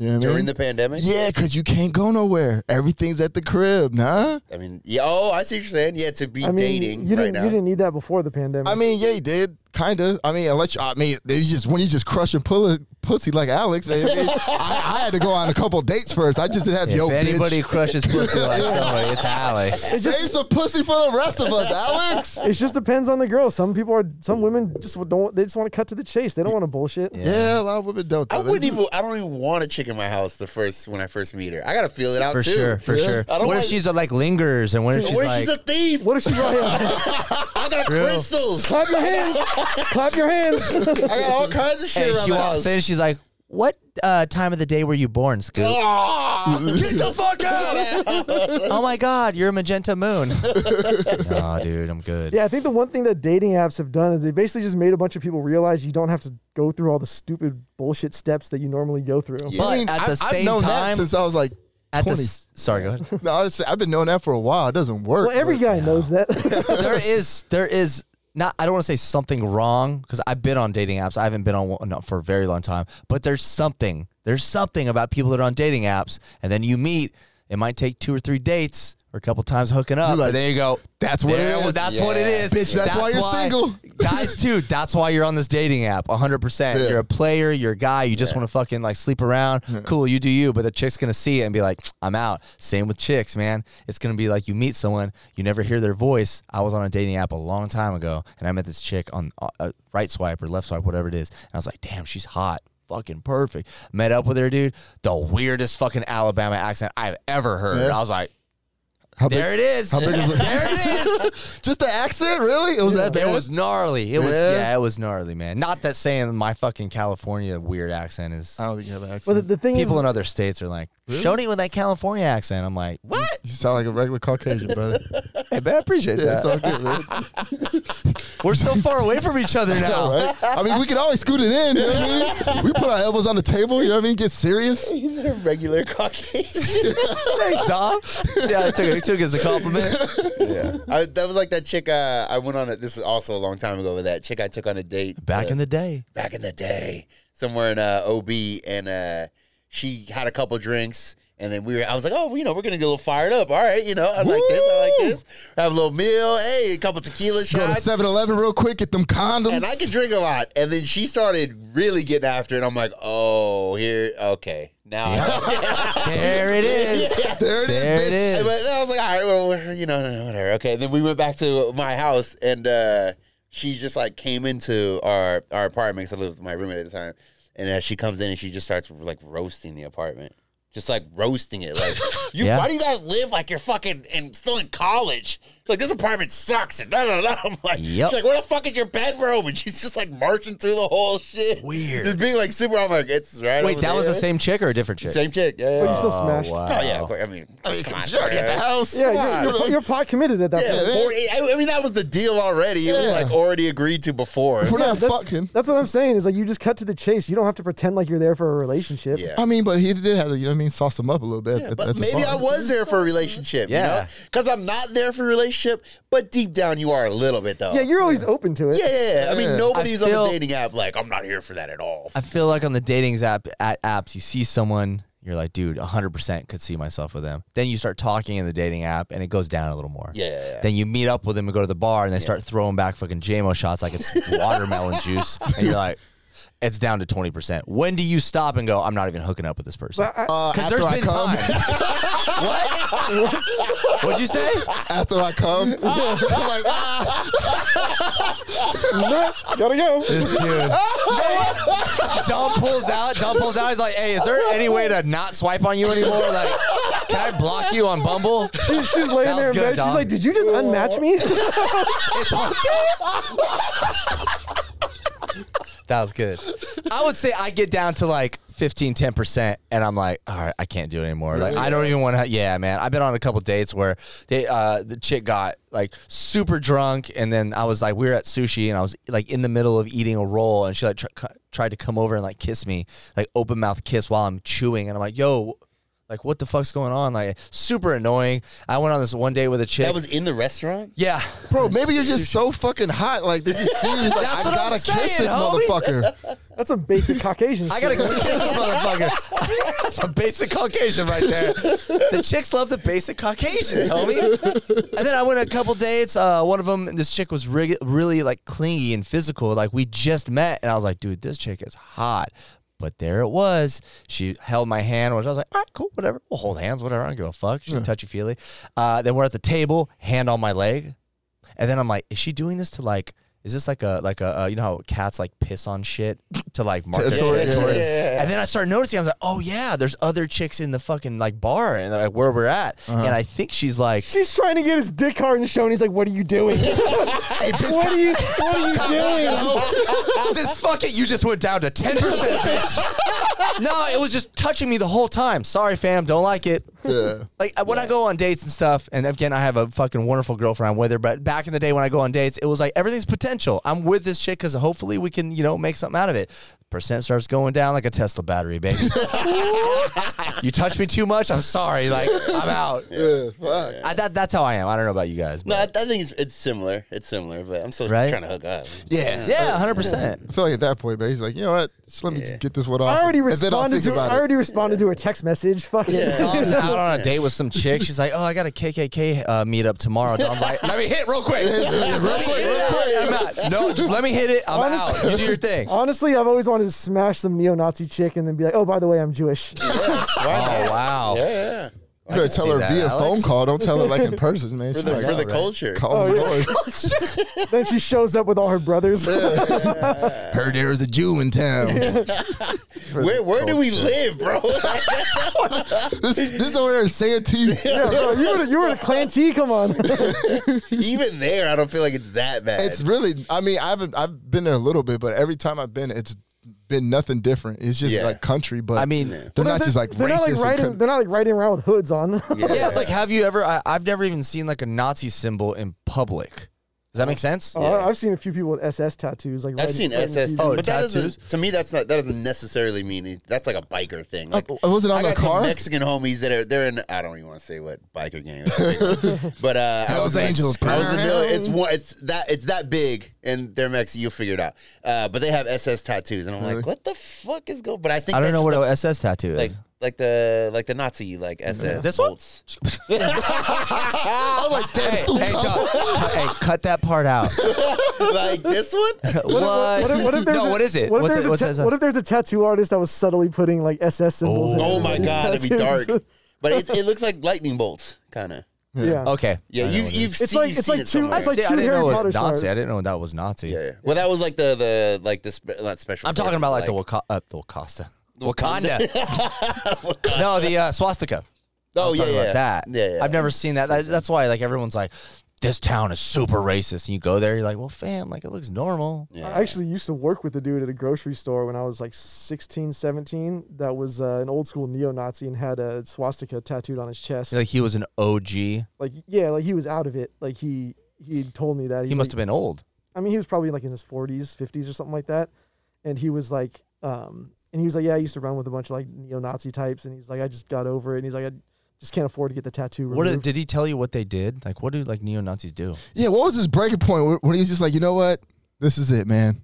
You know what I mean?
During the pandemic?
yeah, because you can't go nowhere. Everything's at the crib, nah?
I mean, yeah, oh, I see what you're saying. Yeah, to be
I mean,
dating
you
right
didn't
now.
you didn't need that before the pandemic.
I mean, yeah, you did. Kind of. I mean, unless you, I mean, it's just when you just crush and pull a pussy like Alex, man, I, mean, I, I had to go on a couple dates first. I just didn't have
If
yo
anybody
bitch.
crushes pussy
[laughs]
like somebody, it's Alex.
Save some pussy for the rest of us, Alex.
it just depends on the girl. Some people are some women just don't they just want to cut to the chase. They don't want to bullshit.
Yeah.
Yeah, a lot of women don't.
I
though. They
wouldn't
do-
even I don't even want a chick in my house the first when I first meet her. I gotta feel it out
For
too.
sure, for
Yeah.
sure.
I
What
don't
if
like-
she's a, like lingers and what if she's
what if
like
she's a thief?
What if she brought in?
I got
True.
crystals. I
Clap your hands. Clap your hands.
got all kinds of shit
Hey,
around
she
the
walks
house.
in. She's like, "What uh, time of the day were you born,
[laughs]
Scoop?
Ah, get the fuck out! [laughs]
oh my God, you're a magenta moon." nah, dude, I'm good.
yeah, I think the one thing that dating apps have done is they basically just made a bunch of people realize you don't have to go through all the stupid bullshit steps that you normally go through.
But
I mean,
at
I-
the
I've
same
known that
time,
since I was like
at the
20.
s- sorry, go ahead.
[laughs] No, I was- I've been knowing that for a while. It doesn't work.
Well, every
but-
guy knows that. [laughs]
there is there is not I don't want to say something wrong because I've been on dating apps. I haven't been on one for a very long time, but there's something there's something about people that are on dating apps, and then you meet. It might take two or three dates or a couple times hooking up,
You're like,
and then you go.
"That's what it
"There-
is."
That's what it
Yeah.
is,
Bitch, that's why you're single. [laughs]
guys, too. That's why you're on this dating app. 100. percent
Yeah.
You're a player. You're a guy. You just want to fucking like sleep around. Cool, you do you. But the chick's gonna see it and be like, I'm out. Same with chicks, man. It's gonna be like you meet someone, you never hear their voice. I was on a dating app a long time ago, and I met this chick on uh, uh, right swipe or left swipe, whatever it is. And I was like, damn, she's hot. Fucking perfect. Met up with her, dude. The weirdest fucking Alabama accent I've ever heard.
Yeah.
I was like,
How big-
there it is.
how big is it?
there it is.
[laughs] Just the accent, really? It was that bad.
It was gnarly. It was
Yeah.
yeah, it was gnarly, man. Not that saying my fucking California weird accent is.
I don't think you have an
but
accent.
the, the thing
People
is,
in other states are like, "Show me with that California accent." I'm like,
[laughs]
"What?"
you sound like a regular Caucasian, brother.
Hey, man, I appreciate
Yeah, it's all good, man.
We're so far away from each other now.
Right? [laughs] I mean, we can always scoot it in. You know what I mean? We put our elbows on the table. You know what I mean? Get serious.
He's a regular [laughs] Caucasian.
Thanks, Dom. See, I took it, I took it as a compliment.
[laughs]
yeah, [laughs] I, that was like that chick. Uh, I went on. A, this is also a long time ago. But that chick I took on a date
Back
uh,
in the
[laughs]
day,
back in the day, somewhere in uh, OB, and uh, she had a couple drinks, and then we were. I was like, oh, you know, we're gonna get a little fired up. All right, you know, I like this. I like this. Have a little meal. Hey, a couple tequila
Go to
shots.
7 Eleven real quick, get them condoms.
and I can drink a lot. And then she started really getting after it. I'm like, oh, here, okay, now.
[laughs] there it is.
[laughs] Yeah.
There it is,
There it
bitch.
is.
But then I was like, all right, well, we're- you know, whatever. Okay. then we went back to my house, and uh, she just like came into our our apartment because I lived with my roommate at the time, and uh, she comes in and she just starts like roasting the apartment. Just like roasting
[laughs]
it, like you.
Yeah.
Why do you guys live like you're fucking and still in college? Like this apartment sucks. And da da da. I'm like,
Yep.
she's like, where the fuck is your bedroom? And she's just like marching through the whole shit,
Weird.
Just being like super. I'm like, it's right.
Wait,
over
that was
there.
the same chick or a different chick?
Same chick. Yeah.
but
yeah.
you still smashed.
Oh yeah, of course. I mean, I mean, come on,
Sure, get the
bro.
house.
Yeah,
Come
you're-
on.
you're, you're, pot committed at that
Yeah,
point.
or- I I mean that was the deal already. It was
Yeah.
like already agreed to before.
We're not
that's,
fucking.
that's what I'm saying. Is like you just cut to the chase. You don't have to pretend like you're there for a relationship.
Yeah.
I mean, but he did have to, you know what I mean? Sauce him up a little bit. at- at
But
the
maybe
bar.
I was there for a relationship.
Yeah.
Yeah, because I'm not there for a relationship, but deep down you are a little bit though.
Yeah, you're always open to it.
Yeah, yeah, yeah. I
Yeah.
mean, nobody's
I feel-
on the dating app like I'm not here for that at all.
I feel like on the dating app at apps, you see someone You're like, dude, 100% could see myself with them. Then you start talking in the dating app and it goes down a little more.
Yeah, yeah, yeah.
Then you meet up with them and go to the bar and they start throwing back fucking JMO shots like
[laughs]
it's watermelon juice. And you're like, it's down to 20%. When do you stop and go, I'm not even hooking up with this person?
But I,
Uh,
Because
after
there's
I
been
come,
time. [laughs] what? What'd you say?
[laughs] after I come, I'm like, ah,
no, gotta go.
This dude. Dom pulls out. Dom pulls out. He's like, "Hey, is there any way to not swipe on you anymore? Like, can I block you on Bumble?"
She, she's laying
That
there in
was good,
bed.
Dom.
She's like, "Did you just
[laughs]
unmatch me?"
It's on. that was good. I would say I get down to like 15, 10%, and I'm like, all right, I can't do it anymore. Like, I don't even want to. Yeah, man. I've been on a couple dates where they, uh, the chick got like super drunk, and then I was like, we were at sushi, and I was like in the middle of eating a roll, and she like tr- tried to come over and like kiss me, like open mouth kiss while I'm chewing, and I'm like, yo. Like what the fuck's going on? Like super annoying. I went on this one day with a chick.
That was in the restaurant.
yeah.
bro, maybe you're just so fucking hot. Like, did you see? He's like,
That's
I
what I'm
gotta kiss
saying,
this
homie.
motherfucker.
That's
[laughs]
a basic Caucasian.
I gotta go kiss this motherfucker. That's a basic Caucasian right there. The chicks love the basic Caucasians, homie. And then I went on a couple dates. Uh, one of them, this chick was rig- really like clingy and physical. Like we just met, and I was like, dude, this chick is hot. But there it was. She held my hand, which I was like, all right, cool, whatever. We'll hold hands, whatever. I don't give a fuck. She's touchy feely. Uh, then we're at the table, hand on my leg. And then I'm like, is she doing this to like? Is this like a like a uh, you know how cats like piss on shit to like mark their
Territory, yeah,
territory?
yeah, yeah.
And then I started noticing. I was like, oh yeah, there's other chicks in the fucking like bar and like where we're at. And I think she's like,
She's trying to get his dick hard and shown. He's like, "What are
[laughs]
you doing? [laughs] what are you? What are you
[laughs]
doing?"
this fucking you just went down to ten percent, bitch. no, it was just touching me the whole time. Sorry, fam, don't like it.
Yeah.
Like I- when I go on dates and stuff, and again, I have a fucking wonderful girlfriend I'm with her. But back in the day when I go on dates, it was like everything's potential. I'm with this chick because hopefully we can, you know, make something out of it. Percent starts going down like a Tesla battery, baby. [laughs] you touch me too much. I'm sorry. Like I'm out.
Yeah, fuck.
I, that, that's how I am. I don't know about you guys.
No, I,
But,
I think it's, it's similar. It's similar, but I'm still
Right?
trying to hook up.
Yeah.
yeah, hundred percent.
I feel like at that point, man, he's like, you know what? Just let me just get this one off.
I already
and then I'll
responded
think
to.
about
I
it.
already responded to a text message. Fucking.
Dom's out on a date with some chick. She's like, "Oh, I got a KKK uh, meetup tomorrow." Dom's like, "Let me hit real
[laughs]
quick. [laughs] Just let me hit it. I'm out. No, just let me hit it. I'm out. You do your thing."
[laughs] [laughs] Honestly, I've always wanted to smash some neo-Nazi chick and then be like, "Oh, by the way,
[laughs]
I'm Jewish."
Oh wow.
Yeah, yeah.
You better tell
see
her
that,
via
Alex.
phone call. Don't tell her like in person, man.
For
She's
the,
like,
for the
right.
culture.
call
Oh,
me
yeah.
Lord.
then she shows up with all her brothers.
Heard there is a Jew in town.
Where where do we live, bro?
[laughs]
[laughs]
this this over there is Santee.
[laughs] Yeah, bro, you were you were a Clan T. Come on.
Even there, I don't feel like it's that bad.
It's really. I mean, I haven't. I've been there a little bit, but every time I've been, it's been nothing different. It's just
Yeah.
like country, but
I mean-
they're
Well,
not just like
[laughs] they're
racist.
Not like riding,
and com-
they're not like riding around with hoods on. [laughs]
Yeah, like have you ever? I, I've never even seen like a Nazi symbol in public. Does that make sense?
Oh, I- I've seen a few people with SS tattoos. Like
I've
red-
seen
red and
SS,
blue.
Oh,
but that
tattoos?
doesn't. To me, that's not. That doesn't necessarily mean it- that's like a biker thing. Like,
Oh, was it on
I
the
got some
car?
Mexican homies that are they're in. I don't even want to say what biker gang, that's a big one. but uh, I was in-
Angels,
I was in the middle. It's one. It's that. It's that big, and they're Mexican. You'll figure it out. Uh, but they have SS tattoos, and I'm like, what the fuck is going? But I think
I don't
that's
know what
just
a SS tattoo
a-
is.
like like the like the Nazi like SS.
This one?
bolts. [laughs]
I was like, hey, hey, Dom,
[laughs]
hey, cut that part out.
like this one.
What?
What if,
[laughs]
what if there's
no,
a,
what is it?
What if,
What's
there's
it-
a
what's
ta-
that-
what if there's a tattoo artist that was subtly putting like SS symbols? in
Oh my
everybody's
god, it'd be
tattoos?
dark. But it, it looks like lightning bolts, kind of.
[laughs] yeah.
Okay.
Yeah,
I know
you've
what it
you've
is.
seen,
It's like-
you've
it's
seen
like
it
two-
somewhere.
it's like
See, I
two
didn't
Harry
know it
Potter
was Nazi.
stars.
I didn't know that was Nazi.
Yeah. Well, that was like the the like the spe- not special.
I'm talking
forces,
about like, the Waka- uh, the
[laughs]
Wakasta. [laughs] Wakanda. no, the uh, swastika. I
Oh
was
yeah,
talking
yeah,
about that.
Yeah, yeah.
I've never seen that. that. That's why like everyone's like, this town is super racist. And you go there, you're like, well, fam, like it looks normal.
I actually used to work with a dude at a grocery store when I was like 16, 17 that was uh, an old school neo Nazi and had a swastika tattooed on his chest. Like,
Like he was an OG. He
yeah, like he was out of it. Like he he told me that. He's
must
like-
have been old.
I mean, he was probably like in his 40s, 50s or something like that. And he was like, um, and he was like, yeah, I used to run with a bunch of like neo-Nazi types. And he's like, I just got over it. And he's like, I just can't afford to get the tattoo removed.
What did, did he tell you what they did? Like what do like neo Nazis do?
yeah, what was his breaking point where- when he was just like, you know what, this is it, man.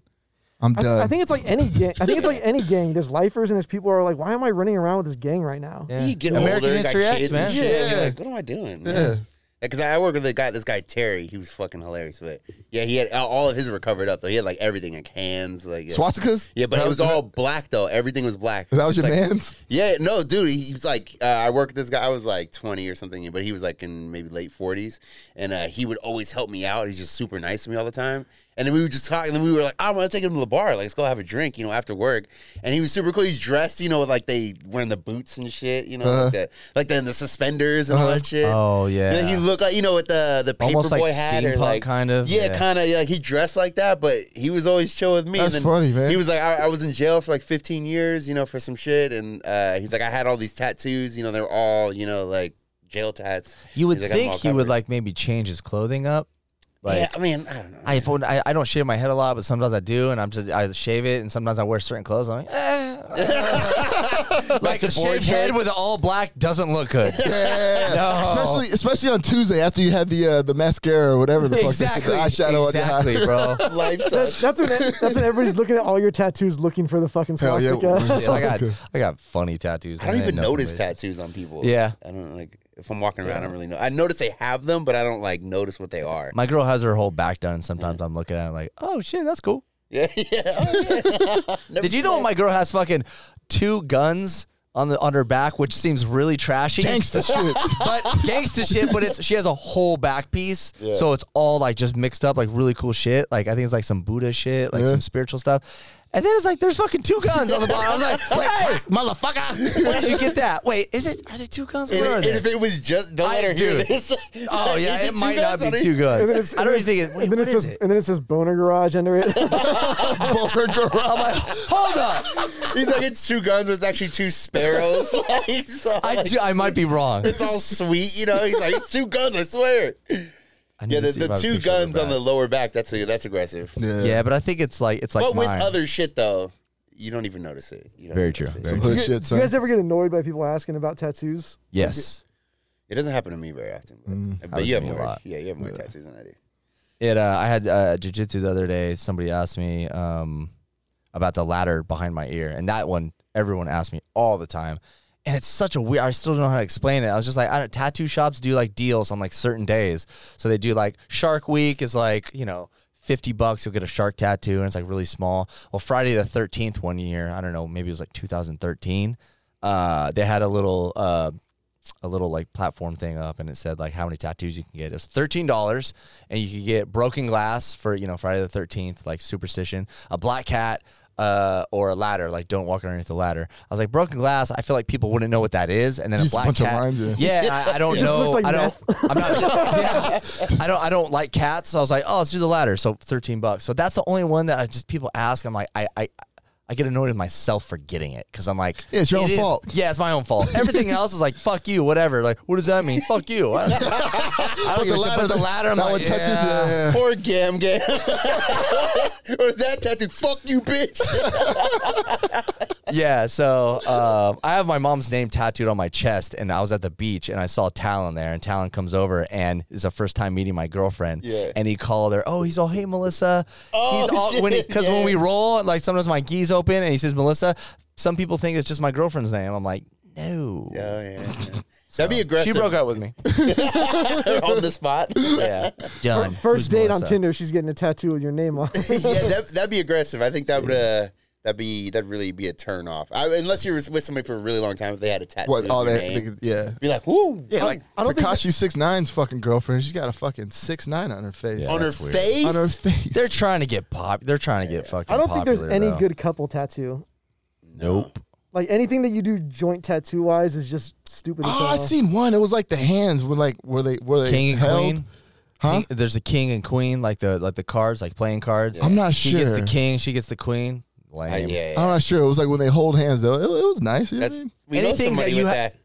I'm
I,
done.
I think it's like any gang. I think it's like any gang. There's lifers and there's people who are like, why am I running around with this gang right now?
Yeah.
You get
American
older,
History
got
X,
kids
man.
And shit.
Yeah.
You're like, what am I doing?
Yeah.
Because I work with a guy, this guy Terry. He was fucking hilarious, but yeah, he had all of his were covered up though. He had like everything, like hands, like yeah.
swastikas.
Yeah, but
that
it was all black though. Everything was black.
That was
Just
your
like,
man's.
Yeah, no, dude. He was like, uh, I worked with this guy. I was like 20 or something, but he was like in maybe late 40s, and uh, he would always help me out. He's just super nice to me all the time. And then we would just talk, and then we were like, "Ah, I'm gonna take him to the bar. Like, let's go have a drink, you know, after work. And he was super cool. He's dressed, you know, with, like they wearing the boots and shit, you know,
Uh-huh.
like the like the, the suspenders and all
Uh-huh.
that shit.
Oh
And
yeah.
then he looked like you know with the the paper
Almost like
boy hat or
steampunk
like
kind of,
yeah,
yeah.
kind of like he dressed like that, but he was always chill with me.
That's
and then
funny, man.
He was like, I, I was in jail for like 15 years, you know, for some shit, and uh, he's like, I had all these tattoos, you know, they were all you know like jail tats.
you would
He's like, "I'm
think
all
he would
covered."
like maybe change his clothing up. Like
yeah, I mean, I
[laughs]
don't know.
I, if I I don't shave my head a lot, but sometimes I do, and I'm just I shave it, and sometimes I wear certain clothes. I'm like, eh, like
the
a
board
shaved head
cuts?
with all black doesn't look good.
Yeah,
No. [laughs]
especially especially on Tuesday after you had the uh, the mascara or whatever the fuck that shit, the
exactly,
eyeshadow on
exactly,
your
[laughs]
eye.
bro.
Life sucks.
That's when e, that's when everybody's looking at all your tattoos, looking for the fucking
Hell yeah.
swastika.
Yeah, I got
Swastika.
I got funny tattoos.
I
man.
don't even
ain't nothing
notice
big.
tattoos on people.
Yeah.
I don't like if I'm walking around. I don't really know. I notice they have them, but I don't like notice what
[laughs]
they are.
My girl has her whole back done, and sometimes I'm looking at it like, oh shit, that's cool.
Yeah, yeah. Oh, yeah. Never
Did you know my girl has fucking two guns on the on her back, which seems really trashy.
Gangsta [laughs] shit.
but gangsta shit, but it's she has a whole back piece. So it's all like just mixed up, like really cool shit. Like I think it's like some Buddha shit, like
Yeah.
some spiritual stuff. And then it's like there's fucking two guns on the bottom. I was like, hey, motherfucker, where did you get that? Wait, is it are they two guns?
And,
Where are
and
they?
if it was just don't
I-
let her hear
dude.
this. [laughs]
oh yeah,
Is
it
two
might not
guns on
be
it?
two guns.
[laughs] And then it's-
I don't even think it. Wait,
And then
what
it
is
says,
it?
and then it says boner garage
[laughs]
under it.
Boner garage.
I'm like, hold up,
He's like, it's two guns, but it's actually two sparrows. [laughs] Like, it's all
I
like-
do. I might be wrong.
It's all sweet, you know. He's like, it's two guns. I swear.
I need to
Yeah, the,
see
the
if I have a
two
picture of her
guns on the
back.
lower back. That's a, that's aggressive.
Yeah, but I think it's like it's like
but with
mine.
other shit though, you don't even notice it. You don't
Very
even
true.
notice it.
Very
Some
true.
hood
you,
shit,
you
son.
guys ever get annoyed by people asking about tattoos?
Yes.
It doesn't happen to me very often. But, but
Mm, Happens to
you have
me a
more.
lot.
Yeah, you have more tattoos than I do. [laughs]
It. Uh, I had uh, jujitsu the other day. Somebody asked me um, about the ladder behind my ear, and that one everyone asked me all the time. And it's such a weird. I still don't know how to explain it. I was just like, I don't, tattoo shops do like deals on like certain days, so they do like Shark Week is like you know. 50 bucks, you'll get a shark tattoo, and it's like really small. Well, Friday the 13th, one year, I don't know, maybe it was like 2013, uh, they had a little uh, a little like platform thing up and it said like how many tattoos you can get. It was thirteen dollars and you could get broken glass for you know Friday the thirteenth, like superstition, a black cat, uh, or a ladder, like don't walk underneath the ladder. I was like broken glass. I feel like people wouldn't know what that is, and then
Just
a
a
black
bunch of
cat.
rhymes, yeah.
yeah, and I, I
[laughs]
don't
just
know.
looks like
I don't. I'm not. Yeah, I don't. I don't like cats. So I was like, oh, let's do the ladder. So thirteen bucks. So that's the only one that I just people ask. I'm like, I. I I get annoyed with myself for getting it because I'm like,
Yeah, it's your own
is-
fault.
yeah, it's my own fault.
[laughs]
Everything else is like, fuck you, whatever. Like, what does that mean? fuck you. I don't, I don't
But
give a shit. But the ladder, I'm
that
like,
one touches.
yeah.
Yeah. yeah.
Poor Gam Gam. [laughs] or that tattoo. Fuck you, bitch. [laughs]
yeah, so um, I have my mom's name tattooed on my chest, and I was at the beach and I saw Talon there, and Talon comes over and is the first time meeting my girlfriend.
Yeah.
And he called her, oh, he's all, hey, Melissa.
Oh,
he's all,
[laughs]
when
shit,
Because when
yeah.
we roll, like sometimes my gee's open, and he says, Melissa, some people think it's just my girlfriend's name. I'm like, no.
Oh yeah. yeah. That'd be aggressive.
She broke up with me.
[laughs] on the
[laughs]
spot.
Yeah. Done. Who's
First date on
Melissa?
Tinder, she's getting a tattoo with your name on.
[laughs]
it.
yeah, that, that'd be aggressive. I think that would uh, that be that'd really be a turn off. I, unless you're with somebody for a really long time, if they had a tattoo.
What?
of
All
your
that.
name,
nigga- Yeah.
be like, woo,
Yeah,
like
like
I don't think
Takashi six nine's fucking girlfriend. She's got a fucking six nine on her face.
Yeah.
on her
that's weird.
face.
On her face.
They're trying to get pop. They're trying to get fucking.
I don't think there's
popular,
any
though.
good couple tattoo.
Nope.
Like anything that you do joint tattoo wise is just stupid. as
[laughs]
Ah,
Oh, I
hell.
seen one. It was like the hands were like were they were they
King and
held?
queen.
Huh?
King- there's a king and queen, like the like the cards, like playing cards.
I'm not
he
sure.
gets the king. She gets the queen. Lame.
Uh, yeah,
I'm not sure. It was like when they hold hands though. It, it was nice. You know what I
That's,
mean?
we know
Anything that
somebody
you
with
ha-
that.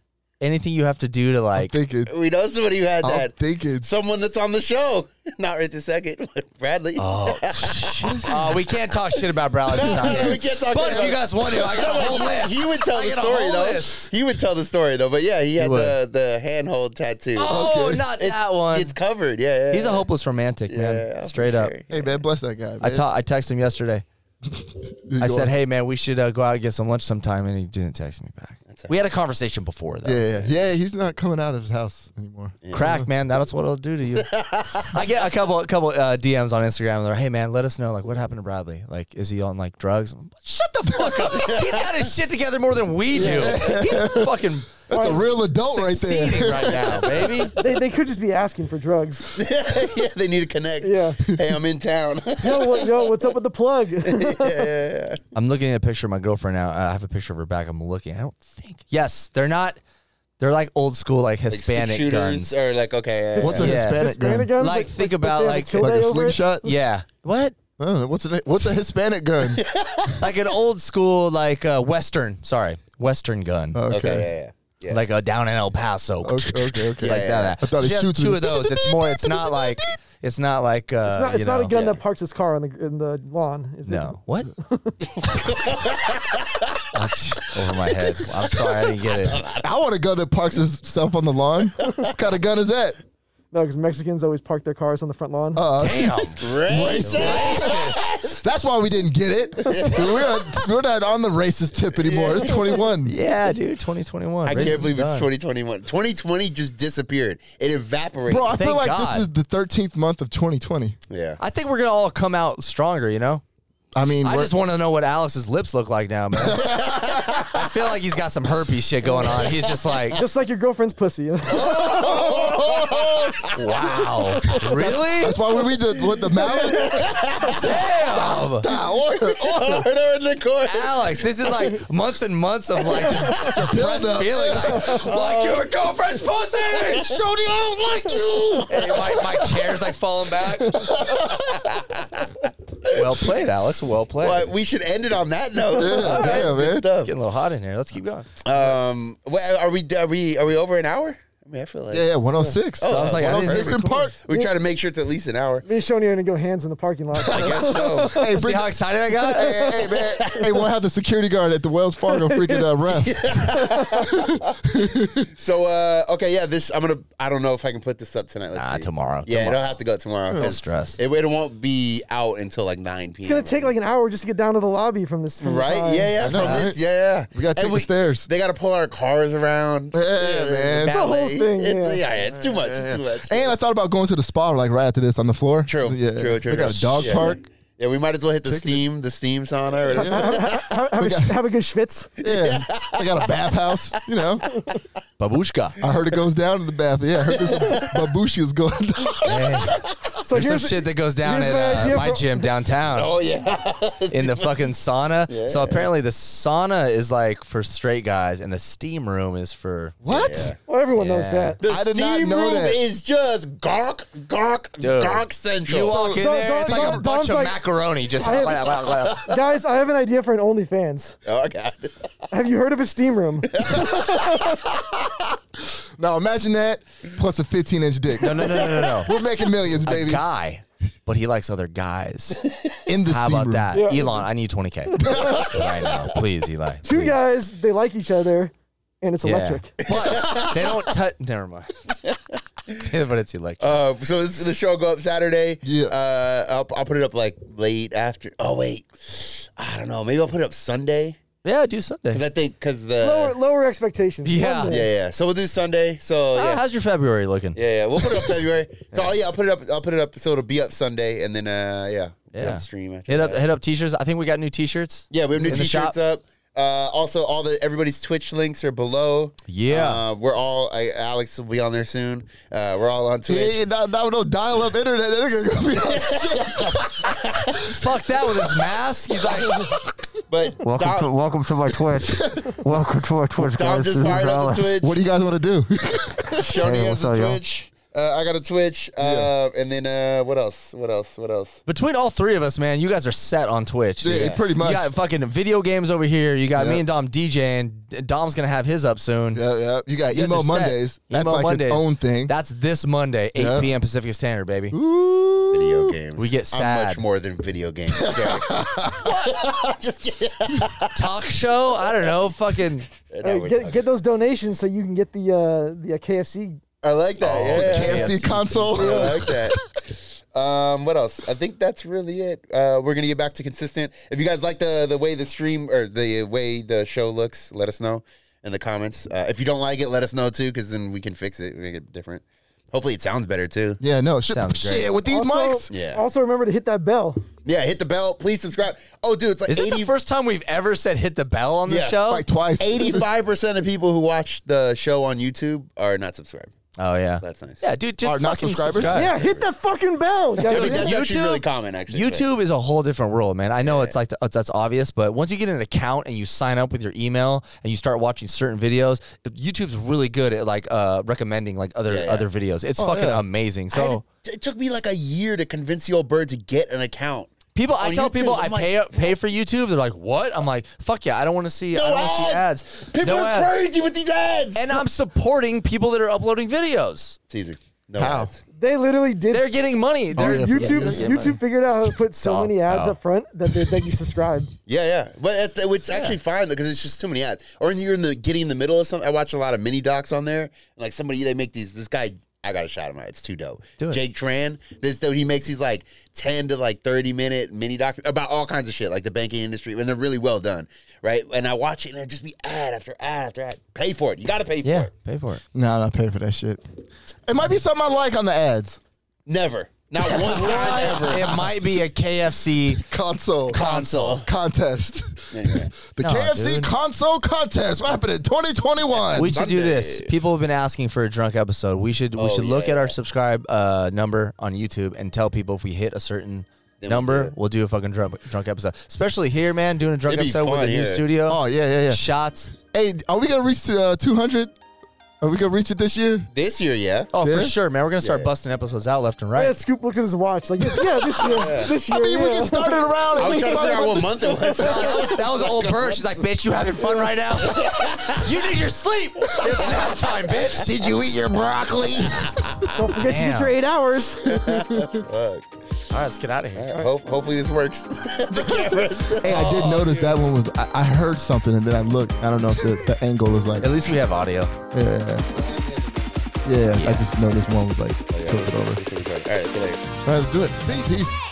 Anything you have to do to like.
Thinking.
We know somebody who had
I'm
that.
thinking.
Someone that's on the show, [laughs] not right this second, but Bradley.
[laughs] Oh, shit. Oh, we can't talk shit about Bradley.
No, [laughs]
this time.
no, no, [laughs] we can't talk
But
shit
if you
about-
guys want to, I got a
[laughs]
whole list.
He would tell
I
the
got a
story
whole
though.
list.
He would tell the story though. But yeah, he had
would.
the the handhold tattoo.
Oh, not
It's-
that one.
It's covered. Yeah, yeah.
He's a
yeah.
hopeless romantic,
Yeah,
man.
for
Straight up.
sure.
Hey man, bless that guy. Man.
I ta- I texted him yesterday. I said, "Hey man, we should uh, go out and get some lunch sometime," and he didn't text me back. We had a conversation before though.
Yeah, yeah, yeah. He's not coming out of his house anymore.
Crack, man. That's what it'll do to you. I get a couple, a couple uh, DMs on Instagram. and They're, hey, man, let us know, like, what happened to Bradley? Like, is he on like drugs? I'm like, Shut the fuck up. He's got his shit together more than we do. He's fucking
That's a real adult right
succeeding
[laughs] there.
right now, baby.
They, they could just be asking for drugs.
[laughs] yeah, they need to connect.
Yeah.
[laughs] Hey, I'm in town. [laughs]
Yo, what, yo, what's up with
[laughs]
the plug?
I'm looking at a picture of my girlfriend now. I have a picture of her back. I'm looking. I don't think. Yes, they're not. They're like old school, like
Like six
Hispanic
shooters
guns.
or like okay. yeah,
What's a
yeah.
Yeah.
Hispanic,
Hispanic
gun?
guns?
Like, think about,
they have
like-
tilde
Like a
over it?
slingshot?
Yeah. What?
I don't know. What's a what's a
[laughs]
Hispanic gun?
Like an old school, like uh, Western. Sorry, Western gun.
Okay.
Okay. Yeah. Yeah. yeah.
Like a down in El Paso.
Oh, Okay. Okay. okay.
like that.
I thought it
She has
shoots
two of
with-
those. It's more. It's not like. It's not like. Uh,
It's not, it's
you
not a
know.
gun that parks its car on the in the lawn. Is
No.
[laughs]
What? I'm just over my head. I'm sorry. I didn't get it.
I want a gun that parks itself on
[laughs]
the lawn. what kind of gun is that?
It? No, because Mexicans always park their cars on the front
Oh.
lawn.
Damn.
That's why we didn't get it. [laughs] we're, not, we're not on the racist tip anymore. It's 21.
Yeah, dude. 2021.
I
Racism's
can't believe it's
done.
2021. 2020 just disappeared. It evaporated.
Bro, I feel
Thank
like
God.
this is the 13th month of 2020.
yeah.
I think we're gonna all come out stronger. You know.
I mean,
I
we're-
just want to know what Alex's lips look like now, man. I feel like he's got some herpes shit going on. He's just like,
Just like your
[laughs]
girlfriend's pussy. [laughs]
wow, really?
that's why we read the, with
[laughs]
the mallet.
Damn.
order, order.
Murder Oh, in the court.
Alex, this is like months and months of like just suppressed feelings, [laughs] like, like your girlfriend's pussy. [laughs]
Shorty, I don't like you.
Hey, my, my chair's like falling back. [laughs] well played, Alex. Well played.
But we should end it on that note. All right,
damn, man.
good stuff.
It's getting a little hot in here. Let's keep going.
Um, well, are we are we are we over an hour? I mean, I feel like
Yeah, yeah, 106.
Oh,
I was like, I didn't
106
hear
in park.
we try to make sure it's at least an hour.
Me and Shoney are gonna go hands in the parking lot.
I guess
[laughs]
so.
Hey, See how excited I
[laughs]
got?
Hey, hey, man. Hey, we'll have the security guard at the Wells Fargo freaking uh, ref.
so uh, okay, yeah. This I'm gonna. I don't know if I can put this up tonight. Let's
Ah,
Nah,
see.
tomorrow,
Yeah,
tomorrow.
it'll have to go tomorrow. 'cause
stress.
It, it won't be out until like nine p.m.
It's gonna take like an hour just to get down to the lobby from this. uh, From the
Right?
time.
Yeah, yeah.
I know,
from
right?
this, yeah, yeah.
We gotta
And
take the stairs.
They gotta pull our cars around.
Yeah,
the
man. It's a
whole
ballet.
thing,
It's,
yeah.
yeah. yeah, it's too much. It's too much.
And I thought about going to the spa like right after this on the floor.
true,
Yeah.
true, true.
We got
true.
a dog
Yeah. [laughs]
park.
Yeah, we might as well hit the steam, the steam sauna. Or
Have, have a, sh- have a
[laughs]
good schwitz.
Yeah. I got a bathhouse, you know.
[laughs] Babushka.
I heard it goes down in the bath. Yeah, I heard this babushka is going down.
[laughs]
So
There's some
here's
shit that goes down
here's
at
my idea
uh, my
for-
gym downtown.
[laughs] oh
[laughs]
yeah,
in the fucking
[laughs]
sauna. so apparently the sauna is like for straight guys, and the steam room is for
What?
well, everyone knows
Yeah.
that.
the
I did not
steam
know
room
that.
is just gonk, gonk,
Dude.
gonk central.
You walk in
Don-
there, it's
Don-
like a
Don-
bunch
Don's
of
like-
macaroni. Just [laughs]
I Guys, I have an idea for an OnlyFans.
oh god,
Have you heard of a
[laughs]
steam room?
Now imagine that plus a 15 inch dick.
no, no, no, no, no, no.
We're making millions,
A
baby.
guy, but he likes other guys.
In the
How
[laughs] steam
about
room.
that,
Yeah.
Elon? I need
[laughs]
twenty k right now, please, Eli.
Two
please.
guys, they like each other, and it's
Yeah.
electric.
[laughs] but they don't touch. Never mind. [laughs] but it's electric.
Uh, so this, the show go up Saturday.
Yeah.
Uh, I'll, I'll put it up like late after. Oh wait, I don't know. Maybe I'll put it up Sunday
yeah, do Sunday.
because I think because the
Lower, lower expectations.
Yeah.
Monday.
yeah yeah. So we'll do Sunday. So
Ah,
yeah.
how's your February looking?
Yeah, yeah, we'll put it up
[laughs]
February. So oh, yeah, I'll put it up. I'll put it up. So it'll be up Sunday, and then uh, yeah, we'll
Yeah.
stream. After
Hit up,
that.
hit up t-shirts. I think we got new t-shirts.
Yeah, we have new
in the shop.
t-shirts up. Uh, also, all the everybody's Twitch links are below.
Yeah.
uh, we're all. I, Alex will be on there soon. Uh, we're all on Twitch.
Yeah, no, no, no dial up internet. They're gonna be like, shit.
Fuck that with his mask. He's
[laughs]
like.
But Dom,
welcome to my Twitch. welcome to my Twitch,
Dom just fired up the Twitch.
What do you guys want to do?
Shoney
Hey, what's
has a
up, y'all?
Twitch. Uh, I got a Twitch. Uh, And then uh, what else? What else? What else?
Between all three of us, man, you guys are set on Twitch.
Yeah,
dude.
pretty much.
You got fucking video games over here. You got
Yeah.
me and Dom DJing. Dom's gonna have his up soon.
Yeah, yeah. You got
You guys are
emo
set.
Mondays. That's
Emo
like
Mondays.
its own thing.
That's this Monday, 8
Yeah.
p.m. Pacific Standard, baby.
Ooh.
Video games.
We get
I'm much
sad.
more than
[laughs]
video games. Derek. [laughs] just kidding.
Talk show? I don't know. Fucking.
Now
Hey,
we're
get,
talking.
get those donations so you can get the uh, the uh, KFC.
Oh, I like that. yeah.
KFC console.
I like that. Um, what else? I think that's really it. Uh, we're gonna get back to consistent. If you guys like the the way the stream or the way the show looks, let us know in the comments. Uh, if you don't like it, let us know too, because then we can fix it, make it different. Hopefully, it sounds better too.
Yeah, no, shit,
Sounds great.
shit with these
also,
mics.
Yeah.
also remember to hit that bell.
Yeah, hit the bell. Please subscribe. Oh, dude, it's like
Is it the
80,
first time we've ever said hit the bell on the
Yeah,
show?
Like twice.
85% of people who watch the show on YouTube are not subscribed.
oh yeah,
That's nice.
Yeah, dude,
Are
just
not
fucking
subscribers?
subscribe.
Yeah, hit that fucking bell.
I
goddamn
mean,
it.
that's actually
YouTube-
really common, actually. but-
YouTube is a whole different world, man. I know it's like the, it's- that's obvious, but once you get an account and you sign up with your email and you start watching certain videos, YouTube's really good at like uh, recommending like other
Yeah, yeah.
other videos.
Oh,
It's fucking amazing.
I had
So
to- it took me like a year to convince the old bird to get an account.
people, I
on
tell
YouTube,
people
I'm
I
like,
pay pay for YouTube. They're like, "What?" I'm like, "Fuck yeah, I don't want to see I
No
don't wanna see
ads.
ads.
People
No
are
ads.
crazy with these ads.
And I'm supporting people that are uploading videos.
it's easy. No
How?
ads.
They literally did.
They're getting money. They're,
Oh, yeah,
YouTube
Yeah, yeah,
YouTube figured out how to put so
Dog.
many ads
Oh.
up front that they that you subscribe.
Yeah, yeah, but it, it's actually fine because it's just too many ads. Or you're in the getting in the middle of something. I watch a lot of mini docs on there. And like somebody they make these. This guy, I got a shot him out. It's too dope.
Do it.
Jake Tran, this dude, he makes these like ten to like thirty minute mini doc about all kinds of shit, like the banking industry, and they're really well done, right? And I watch it and it just be ad after ad after ad. Pay for it. You got to pay for
yeah,
it.
pay for it.
[laughs] Nah, not paying for that shit. It might be something I like on the ads.
Never, not
[laughs]
one time ever.
It might be a KFC
Console.
Console.
Contest.
Anyway.
The
No,
KFC
dude.
console contest. What happened in 2021?
We should do
Sunday.
this. People have been asking for a drunk episode. We should we
Oh,
should look
yeah.
at our subscribe uh, number on YouTube and tell people if we hit a certain
Then we'll do
number,
it.
we'll do a fucking drunk drunk episode. Especially here, man, doing a drunk
It'd be
episode with
fun
a new
here.
studio.
oh, yeah, yeah, yeah.
Shots.
Hey, are we going to reach uh, 200? Are we going to reach it this year?
This year, yeah.
Oh, for
Yeah?
sure, man. We're gonna start
Yeah.
busting episodes out left and
[laughs] I
right.
had Scoop look at his watch like yeah this year this year.
I mean, we
yeah.
can start it
[laughs]
around.
I was
and we
trying to
start
figure out
it-
what month it was.
That was, that was old Bert. She's like, "Bitch, you having fun right [laughs] now? you need your sleep. It's nap time, bitch."
Did you eat your broccoli?
Don't forget to
Damn.
get your eight hours.
All right, let's get out of here.
Hope, hopefully this
[laughs]
works. the cameras.
hey, I did notice that one was. I, I heard something and then I looked. I don't know if the, the angle is like.
At least we have audio.
Yeah. Yeah, I just noticed one was like tilted over.
All right, so like-
All right, let's do it. Peace. Peace.